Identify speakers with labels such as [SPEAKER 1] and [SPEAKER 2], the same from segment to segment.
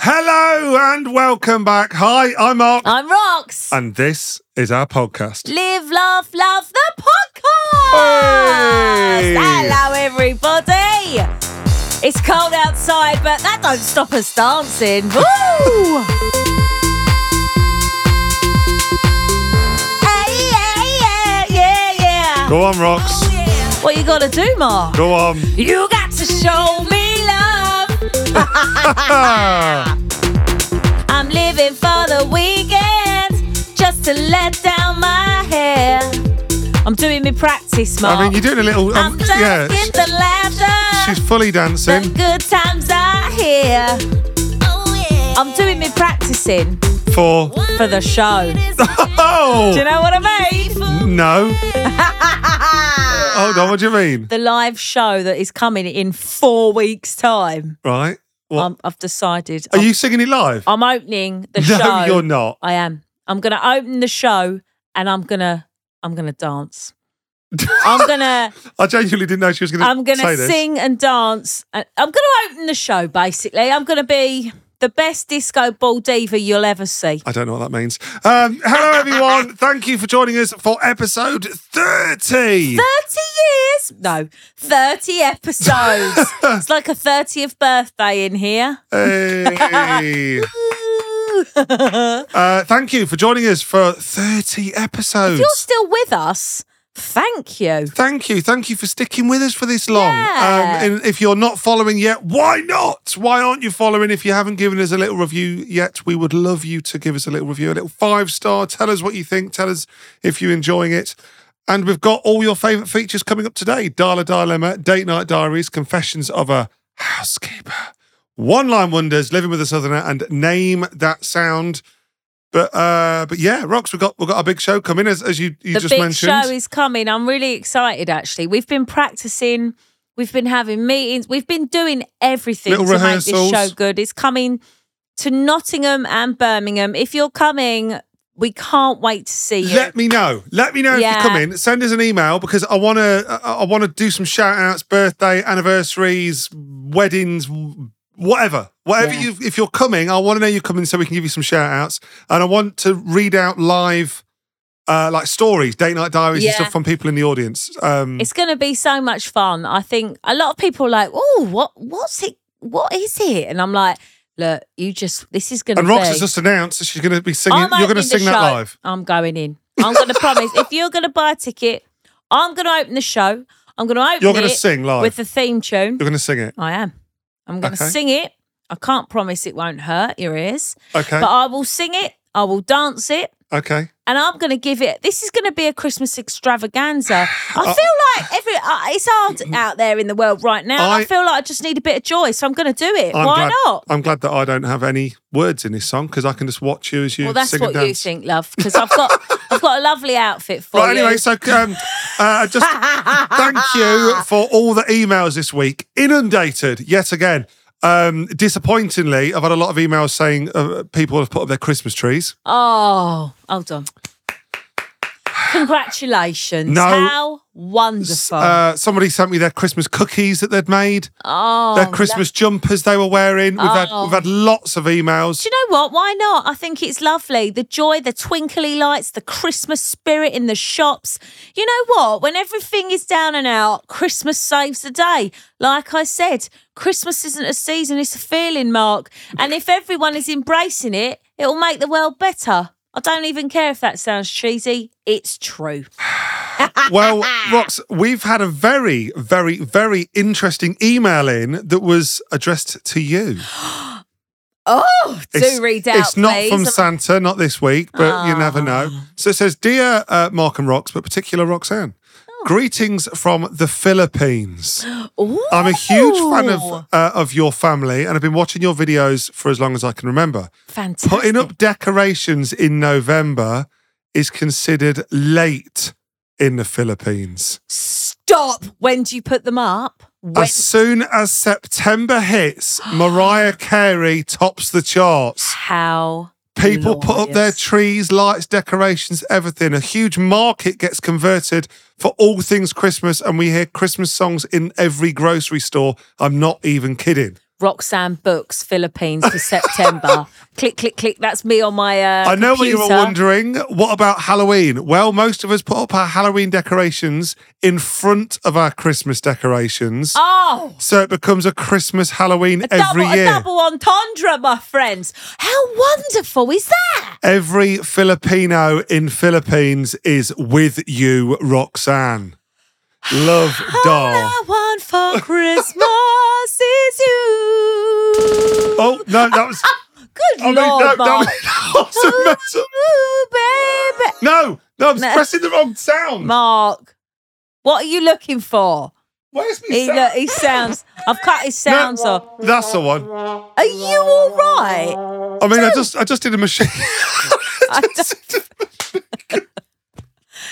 [SPEAKER 1] Hello and welcome back. Hi, I'm Mark,
[SPEAKER 2] I'm Rox.
[SPEAKER 1] and this is our podcast.
[SPEAKER 2] Live, laugh, love the podcast.
[SPEAKER 1] Hey.
[SPEAKER 2] Hello, everybody. It's cold outside, but that don't stop us dancing. Woo! hey, yeah, yeah, yeah, yeah.
[SPEAKER 1] Go on, Rox.
[SPEAKER 2] What you gotta do, Mark?
[SPEAKER 1] Go on.
[SPEAKER 2] You got to show me love.
[SPEAKER 1] Ah,
[SPEAKER 2] I'm living for the weekend just to let down my hair. I'm doing my practice, Mark.
[SPEAKER 1] I mean, you're doing a little.
[SPEAKER 2] I'm
[SPEAKER 1] Um, yeah,
[SPEAKER 2] dancing the laughter.
[SPEAKER 1] she's fully
[SPEAKER 2] the
[SPEAKER 1] dancing.
[SPEAKER 2] good times are here. I'm doing my practicing
[SPEAKER 1] For
[SPEAKER 2] for the show. Do you
[SPEAKER 1] oh
[SPEAKER 2] know what I mean?
[SPEAKER 1] no, hold on. What do you mean?
[SPEAKER 2] The live show that is coming in four weeks' time.
[SPEAKER 1] Right? What?
[SPEAKER 2] I'm, I've decided.
[SPEAKER 1] Are
[SPEAKER 2] I'm,
[SPEAKER 1] you singing it live?
[SPEAKER 2] I'm opening Um, the
[SPEAKER 1] no,
[SPEAKER 2] show.
[SPEAKER 1] you're not.
[SPEAKER 2] I am. I'm gonna open the show and I'm gonna I'm gonna dance. I'm gonna
[SPEAKER 1] I genuinely didn't know she was going to.
[SPEAKER 2] I'm gonna
[SPEAKER 1] say this.
[SPEAKER 2] sing and dance. and I'm gonna open the show basically. I'm gonna be the best disco ball diva you'll ever see.
[SPEAKER 1] I don't know what that means. Um, hello, everyone. Thank you for joining us for episode 30.
[SPEAKER 2] Thirty years? No, thirty episodes. it's like a thirtieth birthday in here.
[SPEAKER 1] Hey. Uh, thank you for joining us for 30 episodes.
[SPEAKER 2] You're still with us. Thank you.
[SPEAKER 1] Thank you. Thank you for sticking with us for this long.
[SPEAKER 2] Yeah.
[SPEAKER 1] Um, and if you're not following yet, why not? Why aren't you following? If you haven't given us a little review yet, we would love you to give us a little review, a little five star. Tell us what you think. Tell us if you're enjoying it. And we've got all your favourite features coming up today Dial a Dilemma, Date Night Diaries, Confessions of a Housekeeper, One Line Wonders, Living with a Southerner, and Name That Sound. But uh, but yeah, rocks. We've got we've got a big show coming as as you, you
[SPEAKER 2] the
[SPEAKER 1] just
[SPEAKER 2] big
[SPEAKER 1] mentioned.
[SPEAKER 2] show is coming. I'm really excited actually. We've been practicing, we've been having meetings, we've been doing everything
[SPEAKER 1] Little
[SPEAKER 2] to
[SPEAKER 1] rehearsals.
[SPEAKER 2] make this show good. It's coming to Nottingham and Birmingham. If you're coming, we can't wait to see you.
[SPEAKER 1] Let me know. Let me know if
[SPEAKER 2] Yeah.
[SPEAKER 1] you come in. Send us an email because I want to. I want to do some shout outs, birthday, anniversaries, weddings, w- whatever. Whatever
[SPEAKER 2] Yeah.
[SPEAKER 1] you. If you're coming, I want to know you're coming so we can give you some shout outs, and I want to read out live. Uh, like stories, date night diaries and
[SPEAKER 2] Yeah.
[SPEAKER 1] stuff from people in the audience. Um,
[SPEAKER 2] it's going to be so much fun. I think a lot of people are like, "Oh, what what's it? What is it?" And I'm like, "Look, you just this is going to
[SPEAKER 1] and
[SPEAKER 2] be
[SPEAKER 1] Rox has just announced that she's going to be singing.
[SPEAKER 2] I'm
[SPEAKER 1] You're going to
[SPEAKER 2] opening the
[SPEAKER 1] sing that
[SPEAKER 2] show.
[SPEAKER 1] live.
[SPEAKER 2] I'm going in. I'm going to promise. If you're going to buy a ticket, I'm going to open the show. I'm going to open
[SPEAKER 1] You're going
[SPEAKER 2] it
[SPEAKER 1] to sing live.
[SPEAKER 2] with the theme tune.
[SPEAKER 1] You're going to sing it.
[SPEAKER 2] I am. I'm going to
[SPEAKER 1] Okay.
[SPEAKER 2] sing it. I can't promise it won't hurt your ears,
[SPEAKER 1] Okay.
[SPEAKER 2] but I will sing it. I will dance it.
[SPEAKER 1] okay.
[SPEAKER 2] And I'm going to give it. This is going to be a Christmas extravaganza. I feel like every uh, it's hard out there in the world right now. and I,
[SPEAKER 1] Mm-hmm. I-
[SPEAKER 2] feel like I just need a bit of joy, so I'm going to do it.
[SPEAKER 1] I'm
[SPEAKER 2] Why
[SPEAKER 1] glad,
[SPEAKER 2] not?
[SPEAKER 1] I'm glad that I don't have any words in this song because I can just watch you as you
[SPEAKER 2] Well, that's
[SPEAKER 1] sing and
[SPEAKER 2] what you
[SPEAKER 1] dance.
[SPEAKER 2] think, love, because I've got I've got a lovely outfit for
[SPEAKER 1] Right,
[SPEAKER 2] you.
[SPEAKER 1] anyway, so um, uh, just thank you for all the emails this week. Inundated yet again. Um, disappointingly, I've had a lot of emails saying uh, people have put up their Christmas trees.
[SPEAKER 2] Oh, hold on. Congratulations.
[SPEAKER 1] No.
[SPEAKER 2] How wonderful.
[SPEAKER 1] Uh, somebody sent me their Christmas cookies that they'd made,
[SPEAKER 2] oh,
[SPEAKER 1] their Christmas jumpers they were wearing. We've had
[SPEAKER 2] Oh.
[SPEAKER 1] we've had lots of emails.
[SPEAKER 2] do you know what? Why not? I think it's lovely. The joy, the twinkly lights, the Christmas spirit in the shops. You know what? When everything is down and out, Christmas saves the day. Like I said, Christmas isn't a season, it's a feeling, Mark. And if everyone is embracing it, it will make the world better. I don't even care if that sounds cheesy, it's true.
[SPEAKER 1] Well, Rox, we've had a very, very, very interesting email in that was addressed to you.
[SPEAKER 2] Oh, do
[SPEAKER 1] It's-
[SPEAKER 2] read out,
[SPEAKER 1] It's not
[SPEAKER 2] please. Ah.
[SPEAKER 1] from Santa, not this week, but you never know. So it says, "Dear uh, Mark and Rox, but particular Roxanne,
[SPEAKER 2] Oh.
[SPEAKER 1] greetings from the Philippines.
[SPEAKER 2] Ooh.
[SPEAKER 1] I'm a huge fan
[SPEAKER 2] Oh.
[SPEAKER 1] of uh, of your family, and I've been watching your videos for as long as I can remember.
[SPEAKER 2] Fantastic.
[SPEAKER 1] Putting up decorations in November is considered late in the Philippines.
[SPEAKER 2] Stop. When do you put them up? When?
[SPEAKER 1] As soon as September hits, Mariah Carey tops the charts."
[SPEAKER 2] How?
[SPEAKER 1] People put up their
[SPEAKER 2] glorious.
[SPEAKER 1] trees, lights, decorations, everything. A huge market gets converted for all things Christmas, and we hear Christmas songs in every grocery store. I'm not even kidding.
[SPEAKER 2] Roxanne Books Philippines for September. click, click, click. That's me on my. Uh,
[SPEAKER 1] I know what you're all
[SPEAKER 2] computer.
[SPEAKER 1] wondering. What about Halloween? Well, most of us put up our Halloween decorations in front of our Christmas decorations.
[SPEAKER 2] Oh,
[SPEAKER 1] So it becomes a Christmas Halloween every
[SPEAKER 2] double, a
[SPEAKER 1] year.
[SPEAKER 2] double entendre, my friends. How wonderful is that?
[SPEAKER 1] Every Filipino in Philippines is with you, Roxanne. Love
[SPEAKER 2] Oh,
[SPEAKER 1] doll.
[SPEAKER 2] All I want for Christmas is you.
[SPEAKER 1] Oh no, that was.
[SPEAKER 2] Good
[SPEAKER 1] I mean, no, that
[SPEAKER 2] lord,
[SPEAKER 1] was,
[SPEAKER 2] Mark.
[SPEAKER 1] that was a mess up.
[SPEAKER 2] Ooh, baby.
[SPEAKER 1] No, no, I was
[SPEAKER 2] No.
[SPEAKER 1] pressing the wrong sound.
[SPEAKER 2] Mark, what are you looking for?
[SPEAKER 1] Where's my
[SPEAKER 2] He,
[SPEAKER 1] sound?
[SPEAKER 2] look, he sounds. I've cut his
[SPEAKER 1] No,
[SPEAKER 2] sounds off.
[SPEAKER 1] That's the one.
[SPEAKER 2] Are you all right?
[SPEAKER 1] I mean, I just, I just did a machine.
[SPEAKER 2] I don't-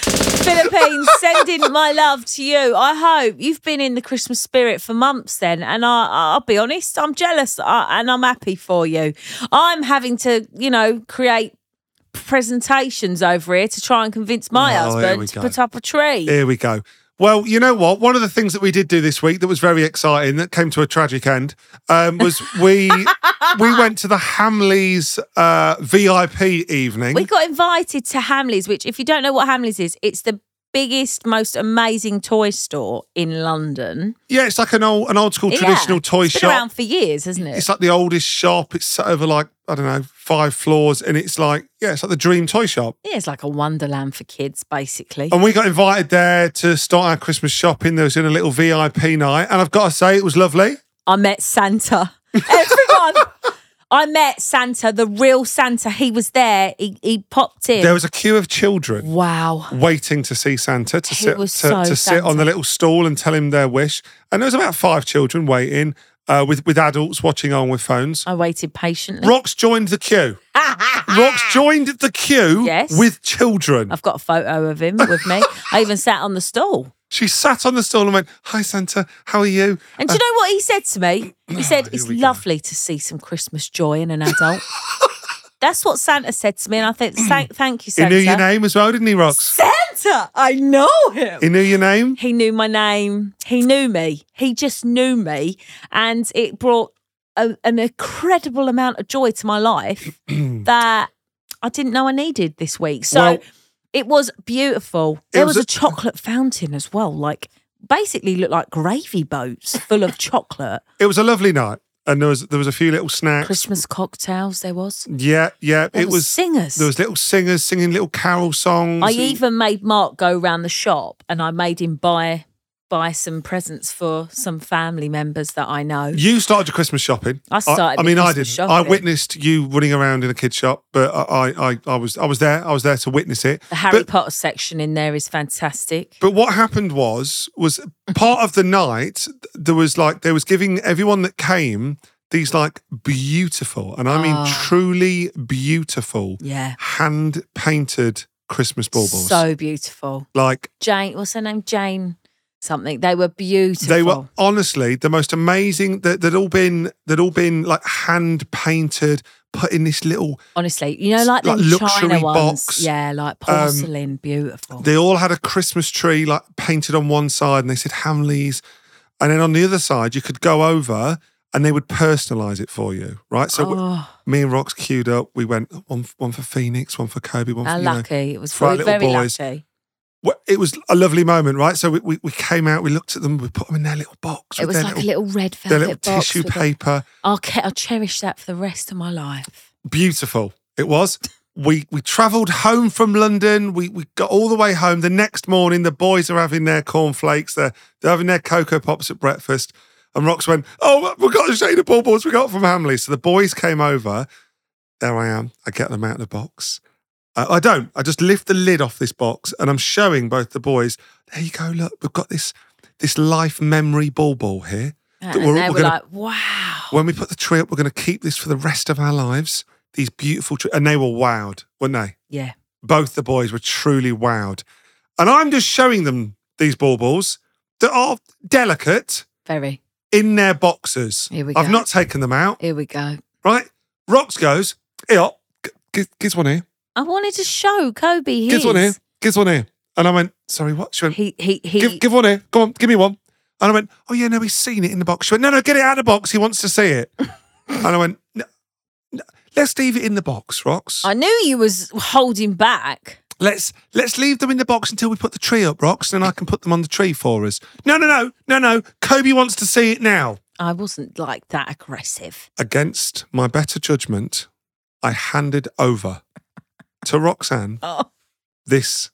[SPEAKER 2] Philippines, sending my love to you. I hope you've been in the Christmas spirit for months then. And I, I'll be honest, I'm jealous uh, and I'm happy for you. I'm having to, you know, create presentations over here to try and convince my
[SPEAKER 1] Oh, here we
[SPEAKER 2] husband to
[SPEAKER 1] go. Eh,
[SPEAKER 2] put up a tree.
[SPEAKER 1] Here we go. Well, you know what? One of the things that we did do this week that was very exciting, that came to a tragic end, um, was we we went to the Hamleys uh, VIP evening.
[SPEAKER 2] We got invited to Hamleys, which, if you don't know what Hamleys is, it's the biggest, most amazing toy store in London.
[SPEAKER 1] yeah, it's like an old an old school
[SPEAKER 2] Yeah.
[SPEAKER 1] traditional toy
[SPEAKER 2] it's been
[SPEAKER 1] shop.
[SPEAKER 2] around for years, hasn't it?
[SPEAKER 1] It's like the oldest shop. It's set over like I don't know five floors, and it's like yeah, it's like Oh. the dream toy shop.
[SPEAKER 2] yeah, it's like a wonderland for kids, basically.
[SPEAKER 1] And we got invited there to start our Christmas shopping. There was in a little VIP night, and I've got to say it was lovely.
[SPEAKER 2] I met Santa. Everyone. I met Santa, the real Santa. He was there. He, he popped in.
[SPEAKER 1] There was a queue of children.
[SPEAKER 2] wow.
[SPEAKER 1] waiting to see Santa to sit to,
[SPEAKER 2] was so
[SPEAKER 1] to sit on
[SPEAKER 2] Santa.
[SPEAKER 1] the little stool and tell him their wish. And there was about five children waiting, uh, with with adults watching on with phones.
[SPEAKER 2] I waited patiently.
[SPEAKER 1] Rox joined the queue. Rox joined the queue
[SPEAKER 2] Yes.
[SPEAKER 1] with children.
[SPEAKER 2] I've got a photo of him with me. I even sat on the stool.
[SPEAKER 1] She sat on the stool and went, "Hi Santa, how are you?"
[SPEAKER 2] And do you know what he said to me? He said, It's
[SPEAKER 1] we go.
[SPEAKER 2] lovely to see some Christmas joy in an adult. That's what Santa said to me. And I think, thank, thank you,
[SPEAKER 1] He
[SPEAKER 2] Santa.
[SPEAKER 1] knew your name as well, didn't he, Rox?
[SPEAKER 2] Santa, I know him.
[SPEAKER 1] He knew your name.
[SPEAKER 2] He knew my name. He knew me. He just knew me. And it brought a, an incredible amount of joy to my life that I didn't know I needed this week. So
[SPEAKER 1] Well-
[SPEAKER 2] it was beautiful. There
[SPEAKER 1] was a-
[SPEAKER 2] was, a chocolate fountain as well, like basically looked like gravy boats full of chocolate.
[SPEAKER 1] It was a lovely night, and there was there was a few little snacks.
[SPEAKER 2] Christmas cocktails there was.
[SPEAKER 1] Yeah, yeah.
[SPEAKER 2] There
[SPEAKER 1] it
[SPEAKER 2] was
[SPEAKER 1] was
[SPEAKER 2] singers.
[SPEAKER 1] there was little singers singing little carol songs.
[SPEAKER 2] I even made Mark go round the shop and I made him buy buy some presents for some family members that I know.
[SPEAKER 1] You started your Christmas shopping.
[SPEAKER 2] I started
[SPEAKER 1] I,
[SPEAKER 2] my
[SPEAKER 1] mean, I did.
[SPEAKER 2] Christmas
[SPEAKER 1] I
[SPEAKER 2] shopping.
[SPEAKER 1] witnessed you running around in a kid's shop, but I, I, I, I was, I was there. I was there to witness it.
[SPEAKER 2] The Harry
[SPEAKER 1] But,
[SPEAKER 2] Potter section in there is fantastic.
[SPEAKER 1] but what happened was, was part of the night there was like there was giving everyone that came these like beautiful, and I mean
[SPEAKER 2] Ah.
[SPEAKER 1] truly beautiful,
[SPEAKER 2] Yeah.
[SPEAKER 1] hand painted Christmas baubles.
[SPEAKER 2] So beautiful.
[SPEAKER 1] like
[SPEAKER 2] Jane, what's her name? Jane something. They were beautiful.
[SPEAKER 1] They were honestly the most amazing. That they'd all been they'd all been like hand painted, put in this little.
[SPEAKER 2] Honestly, you know, like,
[SPEAKER 1] like
[SPEAKER 2] them
[SPEAKER 1] luxury
[SPEAKER 2] China ones.
[SPEAKER 1] box. Um,
[SPEAKER 2] Yeah, like porcelain, beautiful.
[SPEAKER 1] They all had a Christmas tree like painted on one side, and they said Hamleys, and then on the other side you could go over and they would personalize it for you, right? So w-
[SPEAKER 2] oh,
[SPEAKER 1] me and Rox queued up. We went one f- one for Phoenix, one for Kobe, one for
[SPEAKER 2] how
[SPEAKER 1] you know.
[SPEAKER 2] lucky. it was
[SPEAKER 1] for our
[SPEAKER 2] very,
[SPEAKER 1] little
[SPEAKER 2] very
[SPEAKER 1] boys.
[SPEAKER 2] lucky.
[SPEAKER 1] Well, It was a lovely moment, right? So we, we, we came out, we looked at them, we put them in their little box.
[SPEAKER 2] It
[SPEAKER 1] with
[SPEAKER 2] was
[SPEAKER 1] their
[SPEAKER 2] like
[SPEAKER 1] little,
[SPEAKER 2] a little red
[SPEAKER 1] their
[SPEAKER 2] velvet
[SPEAKER 1] little
[SPEAKER 2] box.
[SPEAKER 1] tissue
[SPEAKER 2] with a-
[SPEAKER 1] paper.
[SPEAKER 2] I'll, ke- I'll cherish that for the rest of my life.
[SPEAKER 1] beautiful it was we we travelled home from london we we got all the way home the next morning the boys are having their cornflakes they're they're having their cocoa pops at breakfast and rox went oh we've got to show you the baubles we got from hamley so the boys came over there i am i get them out of the box I- i don't i just lift the lid off this box and i'm showing both the boys there you go look we've got this this life memory bauble here
[SPEAKER 2] And
[SPEAKER 1] that we're,
[SPEAKER 2] they
[SPEAKER 1] we're
[SPEAKER 2] were
[SPEAKER 1] going to
[SPEAKER 2] like, wow.
[SPEAKER 1] when we put the tree up, we're going to keep this for the rest of our lives. These beautiful trees. And they were wowed, weren't they?
[SPEAKER 2] Yeah.
[SPEAKER 1] Both the boys were truly wowed. And I'm just showing them these baubles that are delicate
[SPEAKER 2] Very.
[SPEAKER 1] in their boxes.
[SPEAKER 2] Here we
[SPEAKER 1] I've
[SPEAKER 2] go.
[SPEAKER 1] not taken them out,
[SPEAKER 2] Here we go.
[SPEAKER 1] right? Rox goes, here, g- g- gives one here,
[SPEAKER 2] I wanted to show Kobe his.
[SPEAKER 1] gives one here, gives one here. And I went, sorry, what? She went,
[SPEAKER 2] He he he.
[SPEAKER 1] give, give one here, go on, give me one. And I went, oh yeah, no, he's seen it in the box. She went, no, no, get it out of the box. He wants to see it. and I went, no, no, let's leave it in the box, Rox.
[SPEAKER 2] I knew you was holding back.
[SPEAKER 1] Let's let's leave them in the box until we put the tree up, Rox, and then I can put them on the tree for us. No, no, no, no, no. Kobe wants to see it now.
[SPEAKER 2] I wasn't like that aggressive.
[SPEAKER 1] Against my better judgment, I handed over to Roxanne
[SPEAKER 2] Oh,
[SPEAKER 1] this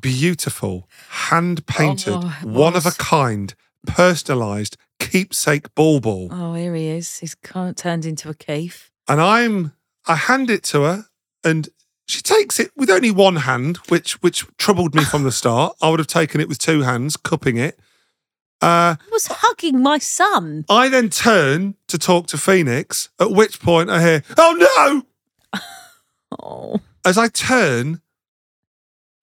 [SPEAKER 1] beautiful, hand painted,
[SPEAKER 2] Oh, it
[SPEAKER 1] one of a
[SPEAKER 2] was.
[SPEAKER 1] kind, personalized keepsake ball ball.
[SPEAKER 2] oh, here he is. He's kind turned into a Keith.
[SPEAKER 1] And I'm I hand it to her and she takes it with only one hand, which which troubled me from the start. I would have taken it with two hands, cupping it. Uh,
[SPEAKER 2] I was hugging my son.
[SPEAKER 1] I then turn to talk to Phoenix, at which point I hear, Oh
[SPEAKER 2] Oh,
[SPEAKER 1] no! As I turn,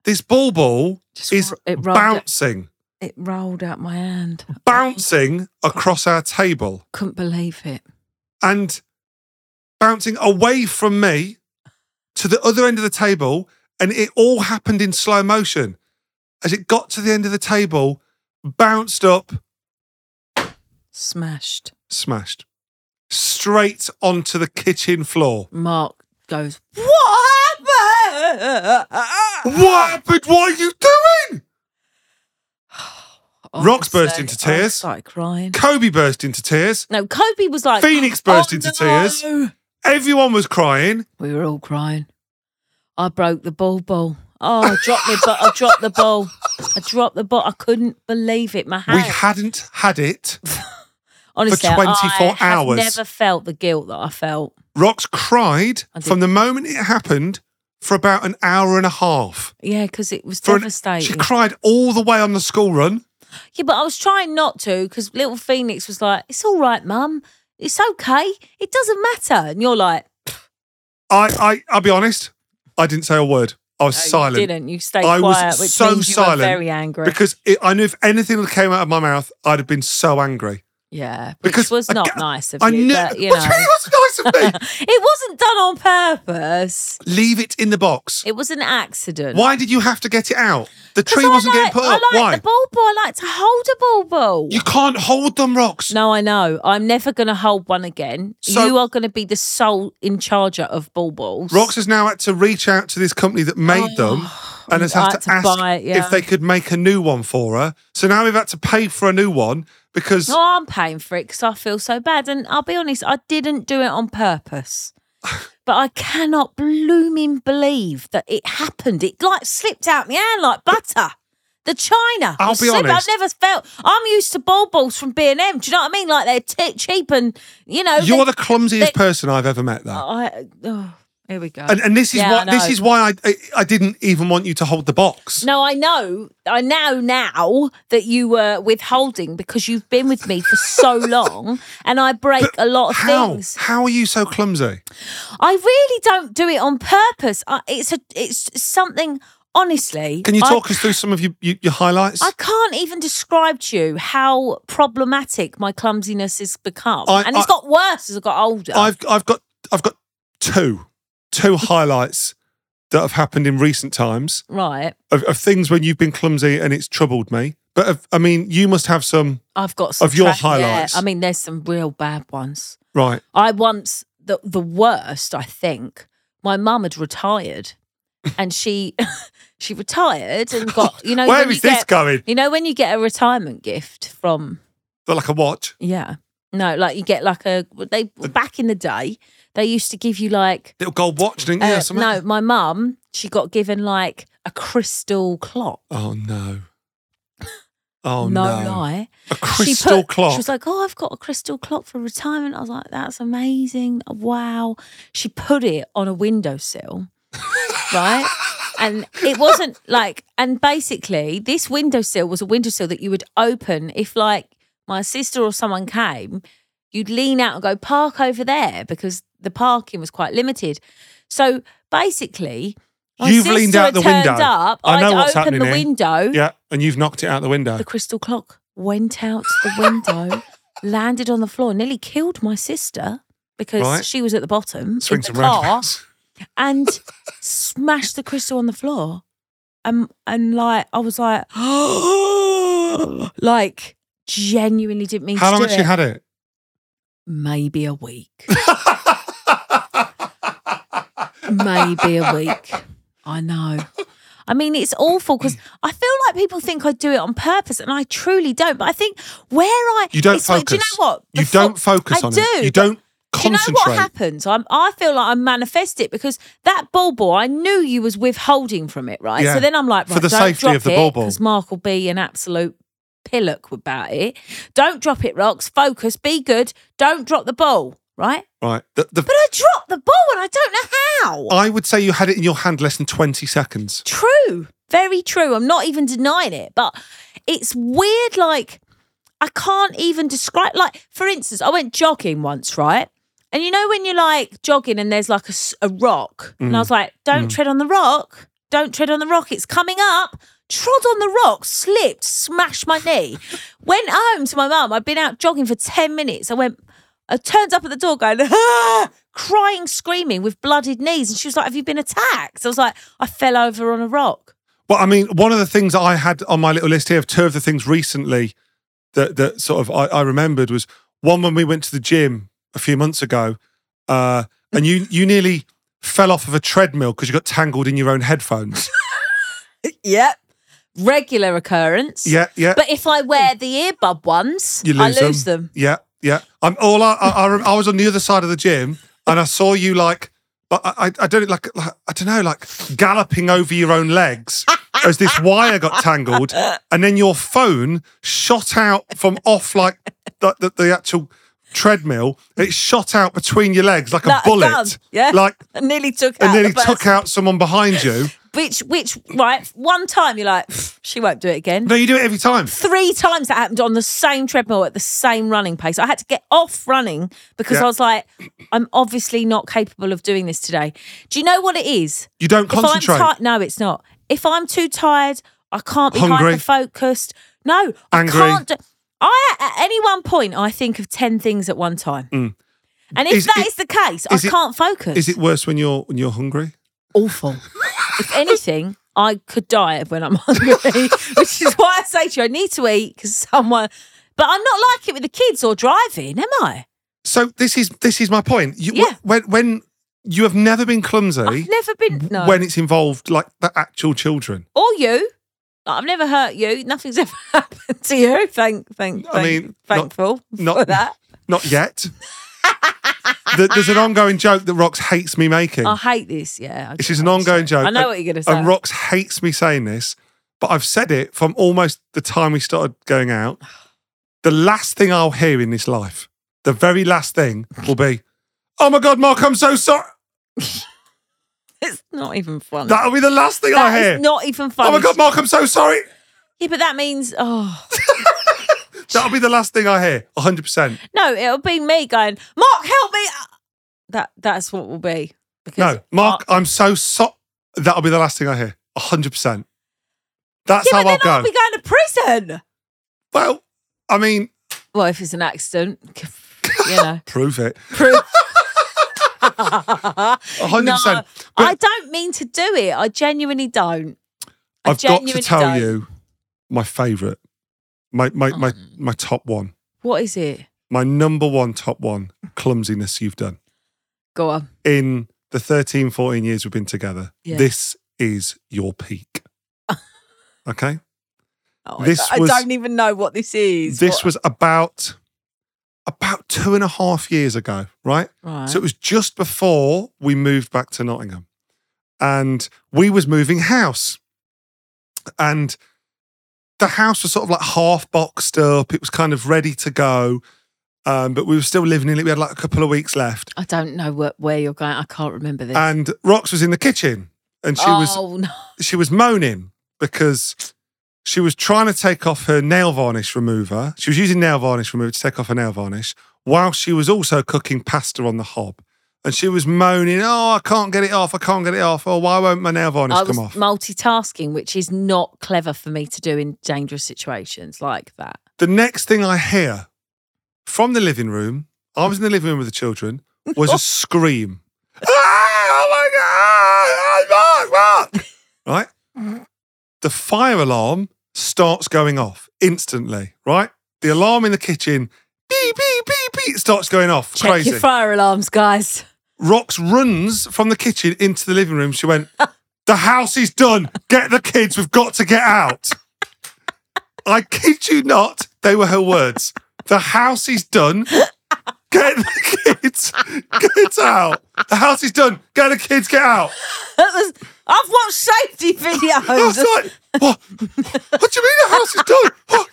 [SPEAKER 1] this ball ball
[SPEAKER 2] just
[SPEAKER 1] is
[SPEAKER 2] ro- it rolled. Out,
[SPEAKER 1] bouncing,
[SPEAKER 2] it rolled out my hand.
[SPEAKER 1] bouncing across our table.
[SPEAKER 2] Couldn't believe it.
[SPEAKER 1] and bouncing away from me to the other end of the table. And it all happened in slow motion. As it got to the end of the table, bounced up,
[SPEAKER 2] Smashed.
[SPEAKER 1] smashed straight onto the kitchen floor.
[SPEAKER 2] Mark goes. What happened?
[SPEAKER 1] What happened? What are you doing? Rocks burst
[SPEAKER 2] Honestly,
[SPEAKER 1] into tears.
[SPEAKER 2] Oh, I started crying.
[SPEAKER 1] Kobe burst into tears.
[SPEAKER 2] No, Kobe was like
[SPEAKER 1] Phoenix burst
[SPEAKER 2] "Oh,
[SPEAKER 1] into
[SPEAKER 2] no."
[SPEAKER 1] tears. Everyone was crying.
[SPEAKER 2] We were all crying. I broke the ball ball. Oh, I dropped my but I dropped the ball. I dropped the ball. I couldn't believe it. My hand.
[SPEAKER 1] We hadn't had it.
[SPEAKER 2] Honestly,
[SPEAKER 1] 24
[SPEAKER 2] I have
[SPEAKER 1] hours.
[SPEAKER 2] never felt the guilt that I felt.
[SPEAKER 1] Rox cried
[SPEAKER 2] I did.
[SPEAKER 1] from the moment it happened for about an hour and a half.
[SPEAKER 2] Yeah, because it was
[SPEAKER 1] For an- she
[SPEAKER 2] devastating.
[SPEAKER 1] cried all the way on the school run.
[SPEAKER 2] yeah, but I was trying not to because little Phoenix was like, "It's all right, Mum. It's okay. It doesn't matter." And you're like,
[SPEAKER 1] I, I, I'll be honest, I didn't say a word. I was
[SPEAKER 2] "No,
[SPEAKER 1] silent
[SPEAKER 2] You didn't you stay
[SPEAKER 1] I
[SPEAKER 2] quiet?"
[SPEAKER 1] was
[SPEAKER 2] which
[SPEAKER 1] so
[SPEAKER 2] means you
[SPEAKER 1] silent
[SPEAKER 2] were very angry.
[SPEAKER 1] because it, I knew if anything came out of my mouth, I'd have been so angry.
[SPEAKER 2] yeah,
[SPEAKER 1] because
[SPEAKER 2] which was
[SPEAKER 1] I
[SPEAKER 2] not
[SPEAKER 1] ca-
[SPEAKER 2] nice of
[SPEAKER 1] I
[SPEAKER 2] you.
[SPEAKER 1] knew
[SPEAKER 2] but, you
[SPEAKER 1] What's
[SPEAKER 2] know,
[SPEAKER 1] really what's nice of me.
[SPEAKER 2] it wasn't done on purpose.
[SPEAKER 1] Leave it in the box.
[SPEAKER 2] It was an accident.
[SPEAKER 1] Why did you have to get it out? The
[SPEAKER 2] 'Cause
[SPEAKER 1] tree
[SPEAKER 2] I
[SPEAKER 1] wasn't
[SPEAKER 2] like,
[SPEAKER 1] getting put
[SPEAKER 2] I
[SPEAKER 1] up.
[SPEAKER 2] like
[SPEAKER 1] Why?
[SPEAKER 2] the ball ball. I like to hold a ball ball.
[SPEAKER 1] You can't hold them, rocks.
[SPEAKER 2] No, I know. I'm never going to hold one again.
[SPEAKER 1] So-
[SPEAKER 2] you are going to be the sole in charger of ball balls.
[SPEAKER 1] Rox has now had to reach out to this company that made them and has
[SPEAKER 2] I
[SPEAKER 1] had
[SPEAKER 2] had
[SPEAKER 1] to,
[SPEAKER 2] Oh, to
[SPEAKER 1] ask
[SPEAKER 2] buy it, yeah.
[SPEAKER 1] if they could make a new one for her. So now we've had to pay for a new one because
[SPEAKER 2] No, I'm paying for it because I feel so bad. And I'll be honest, I didn't do it on purpose. But I cannot blooming believe that it happened. It like slipped out my hand like butter. The china.
[SPEAKER 1] I'll
[SPEAKER 2] was
[SPEAKER 1] be
[SPEAKER 2] super-
[SPEAKER 1] honest.
[SPEAKER 2] I've never felt. I'm used to ball balls from B and M. Do you know what I mean? Like they're t- cheap and you know.
[SPEAKER 1] you're
[SPEAKER 2] they-
[SPEAKER 1] the clumsiest
[SPEAKER 2] they-
[SPEAKER 1] person I've ever met, though.
[SPEAKER 2] I, oh, here we go.
[SPEAKER 1] and, and this is
[SPEAKER 2] Yeah,
[SPEAKER 1] why
[SPEAKER 2] I
[SPEAKER 1] this
[SPEAKER 2] know.
[SPEAKER 1] is why I, I I didn't even want you to hold the box.
[SPEAKER 2] No, I know. I know now that you were withholding because you've been with me for so long and I break a lot of
[SPEAKER 1] How
[SPEAKER 2] things.
[SPEAKER 1] how are you so clumsy?
[SPEAKER 2] I really don't do it on purpose. I, it's a it's something honestly.
[SPEAKER 1] Can you
[SPEAKER 2] I-
[SPEAKER 1] talk us through some of your your, your highlights?
[SPEAKER 2] I can't even describe to you how problematic my clumsiness has become.
[SPEAKER 1] I-
[SPEAKER 2] and it's
[SPEAKER 1] I-
[SPEAKER 2] got worse as I got older.
[SPEAKER 1] I've I've got I've got two two highlights that have happened in recent times
[SPEAKER 2] right.
[SPEAKER 1] of, of things when you've been clumsy and it's troubled me. But of, I mean, you must have some
[SPEAKER 2] I've got some
[SPEAKER 1] Of your
[SPEAKER 2] tra- yeah,
[SPEAKER 1] highlights.
[SPEAKER 2] I mean, there's some real bad ones.
[SPEAKER 1] right.
[SPEAKER 2] I once the the worst, I think. My mum had retired, and she she retired and got you know
[SPEAKER 1] Where
[SPEAKER 2] when
[SPEAKER 1] is
[SPEAKER 2] you
[SPEAKER 1] this
[SPEAKER 2] get
[SPEAKER 1] going?
[SPEAKER 2] you know when you get a retirement gift from
[SPEAKER 1] They're like a watch.
[SPEAKER 2] yeah no like you get like a they back in the day they used to give you like
[SPEAKER 1] Little gold watch, didn't you?
[SPEAKER 2] uh,
[SPEAKER 1] or something?
[SPEAKER 2] no my mum she got given like a crystal clock
[SPEAKER 1] Oh no. Oh
[SPEAKER 2] no,
[SPEAKER 1] no.
[SPEAKER 2] lie
[SPEAKER 1] A crystal
[SPEAKER 2] put-
[SPEAKER 1] clock.
[SPEAKER 2] She was like, "Oh, I've got a crystal clock for retirement." I was like, "That's amazing! Wow!" She put it on a windowsill, right? And it wasn't like, and basically, this windowsill was a windowsill that you would open if, like, my sister or someone came. You'd lean out and go park over there because the parking was quite limited. So basically, my
[SPEAKER 1] You've
[SPEAKER 2] sister
[SPEAKER 1] leaned out
[SPEAKER 2] had
[SPEAKER 1] the
[SPEAKER 2] turned
[SPEAKER 1] window.
[SPEAKER 2] Up,
[SPEAKER 1] I
[SPEAKER 2] I'd
[SPEAKER 1] know what's
[SPEAKER 2] opened
[SPEAKER 1] happening
[SPEAKER 2] the
[SPEAKER 1] here.
[SPEAKER 2] window
[SPEAKER 1] yeah, and you've knocked it out the window.
[SPEAKER 2] the crystal clock went out the window, landed on the floor, nearly killed my sister because
[SPEAKER 1] Right.
[SPEAKER 2] she was at the bottom
[SPEAKER 1] Swing
[SPEAKER 2] in
[SPEAKER 1] some
[SPEAKER 2] the car
[SPEAKER 1] roundabouts.
[SPEAKER 2] and smashed the crystal on the Um, floor. And and like I was like, like genuinely didn't mean
[SPEAKER 1] How
[SPEAKER 2] to
[SPEAKER 1] long
[SPEAKER 2] do
[SPEAKER 1] had
[SPEAKER 2] it.
[SPEAKER 1] she had it?
[SPEAKER 2] Maybe a week. Maybe a week. I know. I mean, it's awful because I feel like people think I do it on purpose, and I truly don't. But I think where I
[SPEAKER 1] You don't
[SPEAKER 2] it's like- do you
[SPEAKER 1] focus.
[SPEAKER 2] know what? The
[SPEAKER 1] You
[SPEAKER 2] fo-
[SPEAKER 1] don't focus
[SPEAKER 2] I
[SPEAKER 1] on
[SPEAKER 2] do,
[SPEAKER 1] it. You
[SPEAKER 2] but-
[SPEAKER 1] don't
[SPEAKER 2] Do you know
[SPEAKER 1] concentrate.
[SPEAKER 2] what happens? I'm, I feel like I manifest it because that bauble, I knew you was withholding from it, right?
[SPEAKER 1] Yeah.
[SPEAKER 2] So then I'm like,
[SPEAKER 1] For
[SPEAKER 2] right,
[SPEAKER 1] the
[SPEAKER 2] don't
[SPEAKER 1] safety
[SPEAKER 2] drop
[SPEAKER 1] of the
[SPEAKER 2] it,
[SPEAKER 1] bauble.
[SPEAKER 2] Because Mark will be an absolute pillock about it. Don't drop it, Rocks. Focus, be good. Don't drop the ball, right?
[SPEAKER 1] right. The, the,
[SPEAKER 2] But I dropped the ball and I don't know how.
[SPEAKER 1] I would say you had it in your hand less than 20 seconds.
[SPEAKER 2] True. Very true. I'm not even denying it, but it's weird. Like, I can't even describe. Like, for instance, I went jogging once, right? And you know, when you're like jogging and there's like a, s- a rock, and I was like, don't tread on the rock. Don't tread on the rock. It's coming up. Trod on the rock, slipped, smashed my knee. Went home to my mum. I'd been out jogging for 10 minutes. I went, I turned up at the door going, "Ah!" crying, screaming with blooded knees. And she was like, Have you been attacked? I was like, I fell over on a rock.
[SPEAKER 1] Well, I mean, one of the things I had on my little list here of two of the things recently that that sort of I, I remembered was one when we went to the gym a few months ago, uh, and you you nearly fell off of a treadmill because you got tangled in your own headphones.
[SPEAKER 2] Yep. Regular occurrence.
[SPEAKER 1] yeah, yeah.
[SPEAKER 2] But if I wear the earbud ones,
[SPEAKER 1] You lose
[SPEAKER 2] I lose them.
[SPEAKER 1] Yeah, yeah. I'm all. I, I, I, rem- I was on the other side of the gym, and I saw you like, I, I, I don't like, like, I don't know, like galloping over your own legs as this wire got tangled, and then your phone shot out from off like the, the, the actual treadmill. It shot out between your legs like a
[SPEAKER 2] Like a
[SPEAKER 1] bullet.
[SPEAKER 2] gun, yeah.
[SPEAKER 1] Like.
[SPEAKER 2] I nearly took out
[SPEAKER 1] And then
[SPEAKER 2] the
[SPEAKER 1] he took
[SPEAKER 2] person.
[SPEAKER 1] out someone behind you.
[SPEAKER 2] Which, which, right, one time you're like, "Pff, she won't do it again.
[SPEAKER 1] No, you do it every time.
[SPEAKER 2] Three times that happened on the same treadmill at the same running pace. I had to get off running because
[SPEAKER 1] Yeah.
[SPEAKER 2] I was like, I'm obviously not capable of doing this today. Do you know what it is?
[SPEAKER 1] You don't
[SPEAKER 2] If I'm
[SPEAKER 1] concentrate.
[SPEAKER 2] ti- no, it's not. If I'm too tired, I can't be
[SPEAKER 1] Hungry.
[SPEAKER 2] hyper focused. No,
[SPEAKER 1] Angry.
[SPEAKER 2] I can't. Do- I at any one point I think of ten things at one time, and if that
[SPEAKER 1] Mm. Is
[SPEAKER 2] is
[SPEAKER 1] it-
[SPEAKER 2] the case, I
[SPEAKER 1] is it-
[SPEAKER 2] can't focus.
[SPEAKER 1] Is it worse when you're when you're hungry?
[SPEAKER 2] awful? if anything, I could die when I'm hungry, which is why I say to you, I need to eat because someone. But I'm not like it with the kids or driving, am I?
[SPEAKER 1] So this is this is my point. You,
[SPEAKER 2] Yeah.
[SPEAKER 1] When when you have never been clumsy
[SPEAKER 2] I've never been. No.
[SPEAKER 1] when it's involved like the actual children.
[SPEAKER 2] or you. Like, I've never hurt you. Nothing's ever happened to you. Thank, thank,
[SPEAKER 1] I
[SPEAKER 2] thank
[SPEAKER 1] mean, not-
[SPEAKER 2] thankful
[SPEAKER 1] not-
[SPEAKER 2] for that.
[SPEAKER 1] Not yet. Th- There's an ongoing joke that Rox hates me making.
[SPEAKER 2] I hate this. Yeah, I
[SPEAKER 1] this
[SPEAKER 2] get
[SPEAKER 1] is an
[SPEAKER 2] upset.
[SPEAKER 1] ongoing joke.
[SPEAKER 2] Oh, I know
[SPEAKER 1] and-
[SPEAKER 2] what you're going to say.
[SPEAKER 1] And Rox hates me saying this, but I've said it from almost the time we started going out. The last thing I'll hear in this life, the very last thing, will be, "Oh my God, Mark, I'm so sorry."
[SPEAKER 2] it's not even funny.
[SPEAKER 1] That'll be the last thing I
[SPEAKER 2] that
[SPEAKER 1] hear.
[SPEAKER 2] is not even funny.
[SPEAKER 1] oh my God, Mark, I'm so sorry.
[SPEAKER 2] Yeah, but that means oh
[SPEAKER 1] That'll be the last thing I hear. 100. percent
[SPEAKER 2] no, it'll be me going. Mark, help me. That that's what will be. Because
[SPEAKER 1] No, Mark, I'm so so. That'll be the last thing I hear. hundred percent. That's
[SPEAKER 2] yeah,
[SPEAKER 1] how
[SPEAKER 2] but
[SPEAKER 1] I'll
[SPEAKER 2] then
[SPEAKER 1] go.
[SPEAKER 2] I'll be going to prison.
[SPEAKER 1] Well, I mean,
[SPEAKER 2] Well, if it's an accident, you know.
[SPEAKER 1] prove it.
[SPEAKER 2] proof.
[SPEAKER 1] hundred percent. But
[SPEAKER 2] I don't mean to do it. I genuinely don't. I
[SPEAKER 1] I've got to
[SPEAKER 2] genuinely
[SPEAKER 1] tell
[SPEAKER 2] don't.
[SPEAKER 1] you my favorite, my my my
[SPEAKER 2] Um.
[SPEAKER 1] my top one,
[SPEAKER 2] What is it?
[SPEAKER 1] my number one top one clumsiness you've done
[SPEAKER 2] Go on.
[SPEAKER 1] in the 13, 14 years we've been together.
[SPEAKER 2] Yeah.
[SPEAKER 1] This is your peak. okay.
[SPEAKER 2] Oh, I
[SPEAKER 1] This
[SPEAKER 2] don't- I,
[SPEAKER 1] was-
[SPEAKER 2] don't even know what this is.
[SPEAKER 1] this
[SPEAKER 2] What-
[SPEAKER 1] was about about two and a half years ago, right?
[SPEAKER 2] Right.
[SPEAKER 1] So it was just before we moved back to Nottingham, and we was moving house, and the house was sort of like half boxed up. It was kind of ready to go, um, but we were still living in it. We had like a couple of weeks left,
[SPEAKER 2] I don't know where, where you're going. I can't remember this.
[SPEAKER 1] and Rox was in the kitchen, and she
[SPEAKER 2] oh,
[SPEAKER 1] was
[SPEAKER 2] no.
[SPEAKER 1] she was moaning because. She was trying to take off her nail varnish remover. She was using nail varnish remover to take off her nail varnish while she was also cooking pasta on the hob. And she was moaning, Oh, I can't get it off. I can't get it off. Oh, why won't my nail varnish
[SPEAKER 2] I was
[SPEAKER 1] come off?
[SPEAKER 2] multitasking, which is not clever for me to do in dangerous situations like that.
[SPEAKER 1] the next thing I hear from the living room, I was in the living room with the children, was a scream. "Ah, oh my God! ah, Mark, Mark!" Right? The fire alarm starts going off instantly, right? the alarm in the kitchen, beep, beep, beep, beep, starts going off.
[SPEAKER 2] Check
[SPEAKER 1] Crazy.
[SPEAKER 2] your fire alarms, guys.
[SPEAKER 1] Rox runs from the kitchen into the living room. She went, The house is done. Get the kids. We've got to get out. I kid you not. They were her words. The house is done. Get the kids. Get out. The house is done. Get the kids. Get out.
[SPEAKER 2] That was. I've watched safety
[SPEAKER 1] I was
[SPEAKER 2] videos.
[SPEAKER 1] like, What? What do you mean the house is done? What?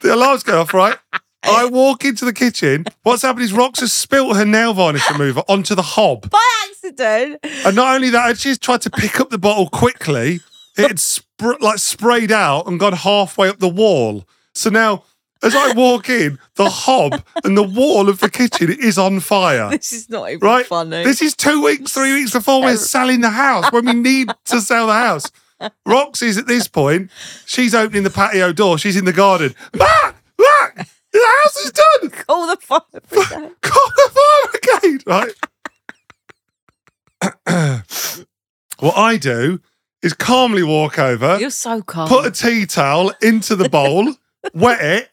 [SPEAKER 1] The alarm's going off, right? I walk into the kitchen. What's happened is Rox has spilt her nail varnish remover onto the hob.
[SPEAKER 2] By accident.
[SPEAKER 1] And not only that, she's tried to pick up the bottle quickly. It had spr- like sprayed out and gone halfway up the wall. So now, as I walk in, the hob and the wall of the kitchen is on fire.
[SPEAKER 2] This is not even
[SPEAKER 1] Right?
[SPEAKER 2] funny.
[SPEAKER 1] This is two weeks, three weeks before we're selling the house, when we need to sell the house. Roxy's at this point, she's opening the patio door. She's in the garden. Matt, Matt, the house is done.
[SPEAKER 2] Call the fire brigade.
[SPEAKER 1] Call the fire brigade, right? what I do is calmly walk over,
[SPEAKER 2] You're so calm.
[SPEAKER 1] put a tea towel into the bowl, wet it,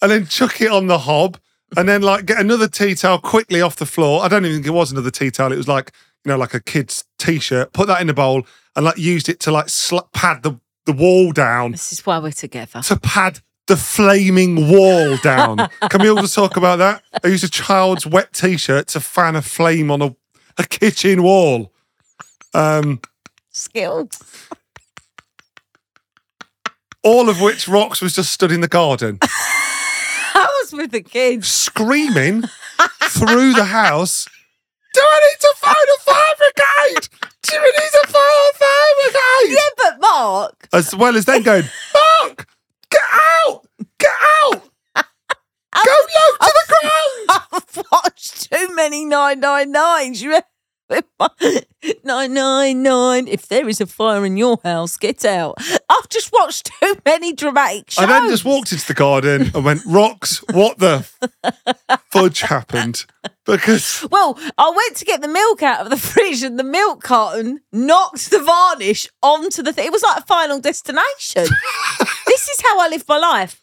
[SPEAKER 1] and then chuck it on the hob, and then like get another tea towel quickly off the floor. I don't even think it was another tea towel. It was like you know, like a kid's t-shirt. Put that in the bowl and like used it to like sl- pad the the wall down
[SPEAKER 2] this is why we're together.
[SPEAKER 1] to pad the flaming wall down. Can we all just talk about that? I used a child's wet t-shirt to fan a flame on a, a kitchen wall. Um,
[SPEAKER 2] Skilled.
[SPEAKER 1] all of which Rox was just stood in the garden,
[SPEAKER 2] I was with the kids.
[SPEAKER 1] screaming through the house, Do I need to phone a fire brigade? Do we need to phone a fire brigade?
[SPEAKER 2] Yeah, but Mark,
[SPEAKER 1] As well as then going, Mark, get out! Get out! Go low to the ground!
[SPEAKER 2] I've watched too many 999s. You remember? 999. If there is a fire in your house, get out. I've just watched too many dramatic shows.
[SPEAKER 1] I then just walked into the garden and went, Rocks, what the fudge happened? Because
[SPEAKER 2] Well, I went to get the milk out of the fridge and the milk carton knocked the varnish onto the thing. It was like a final destination. this is how I live my life.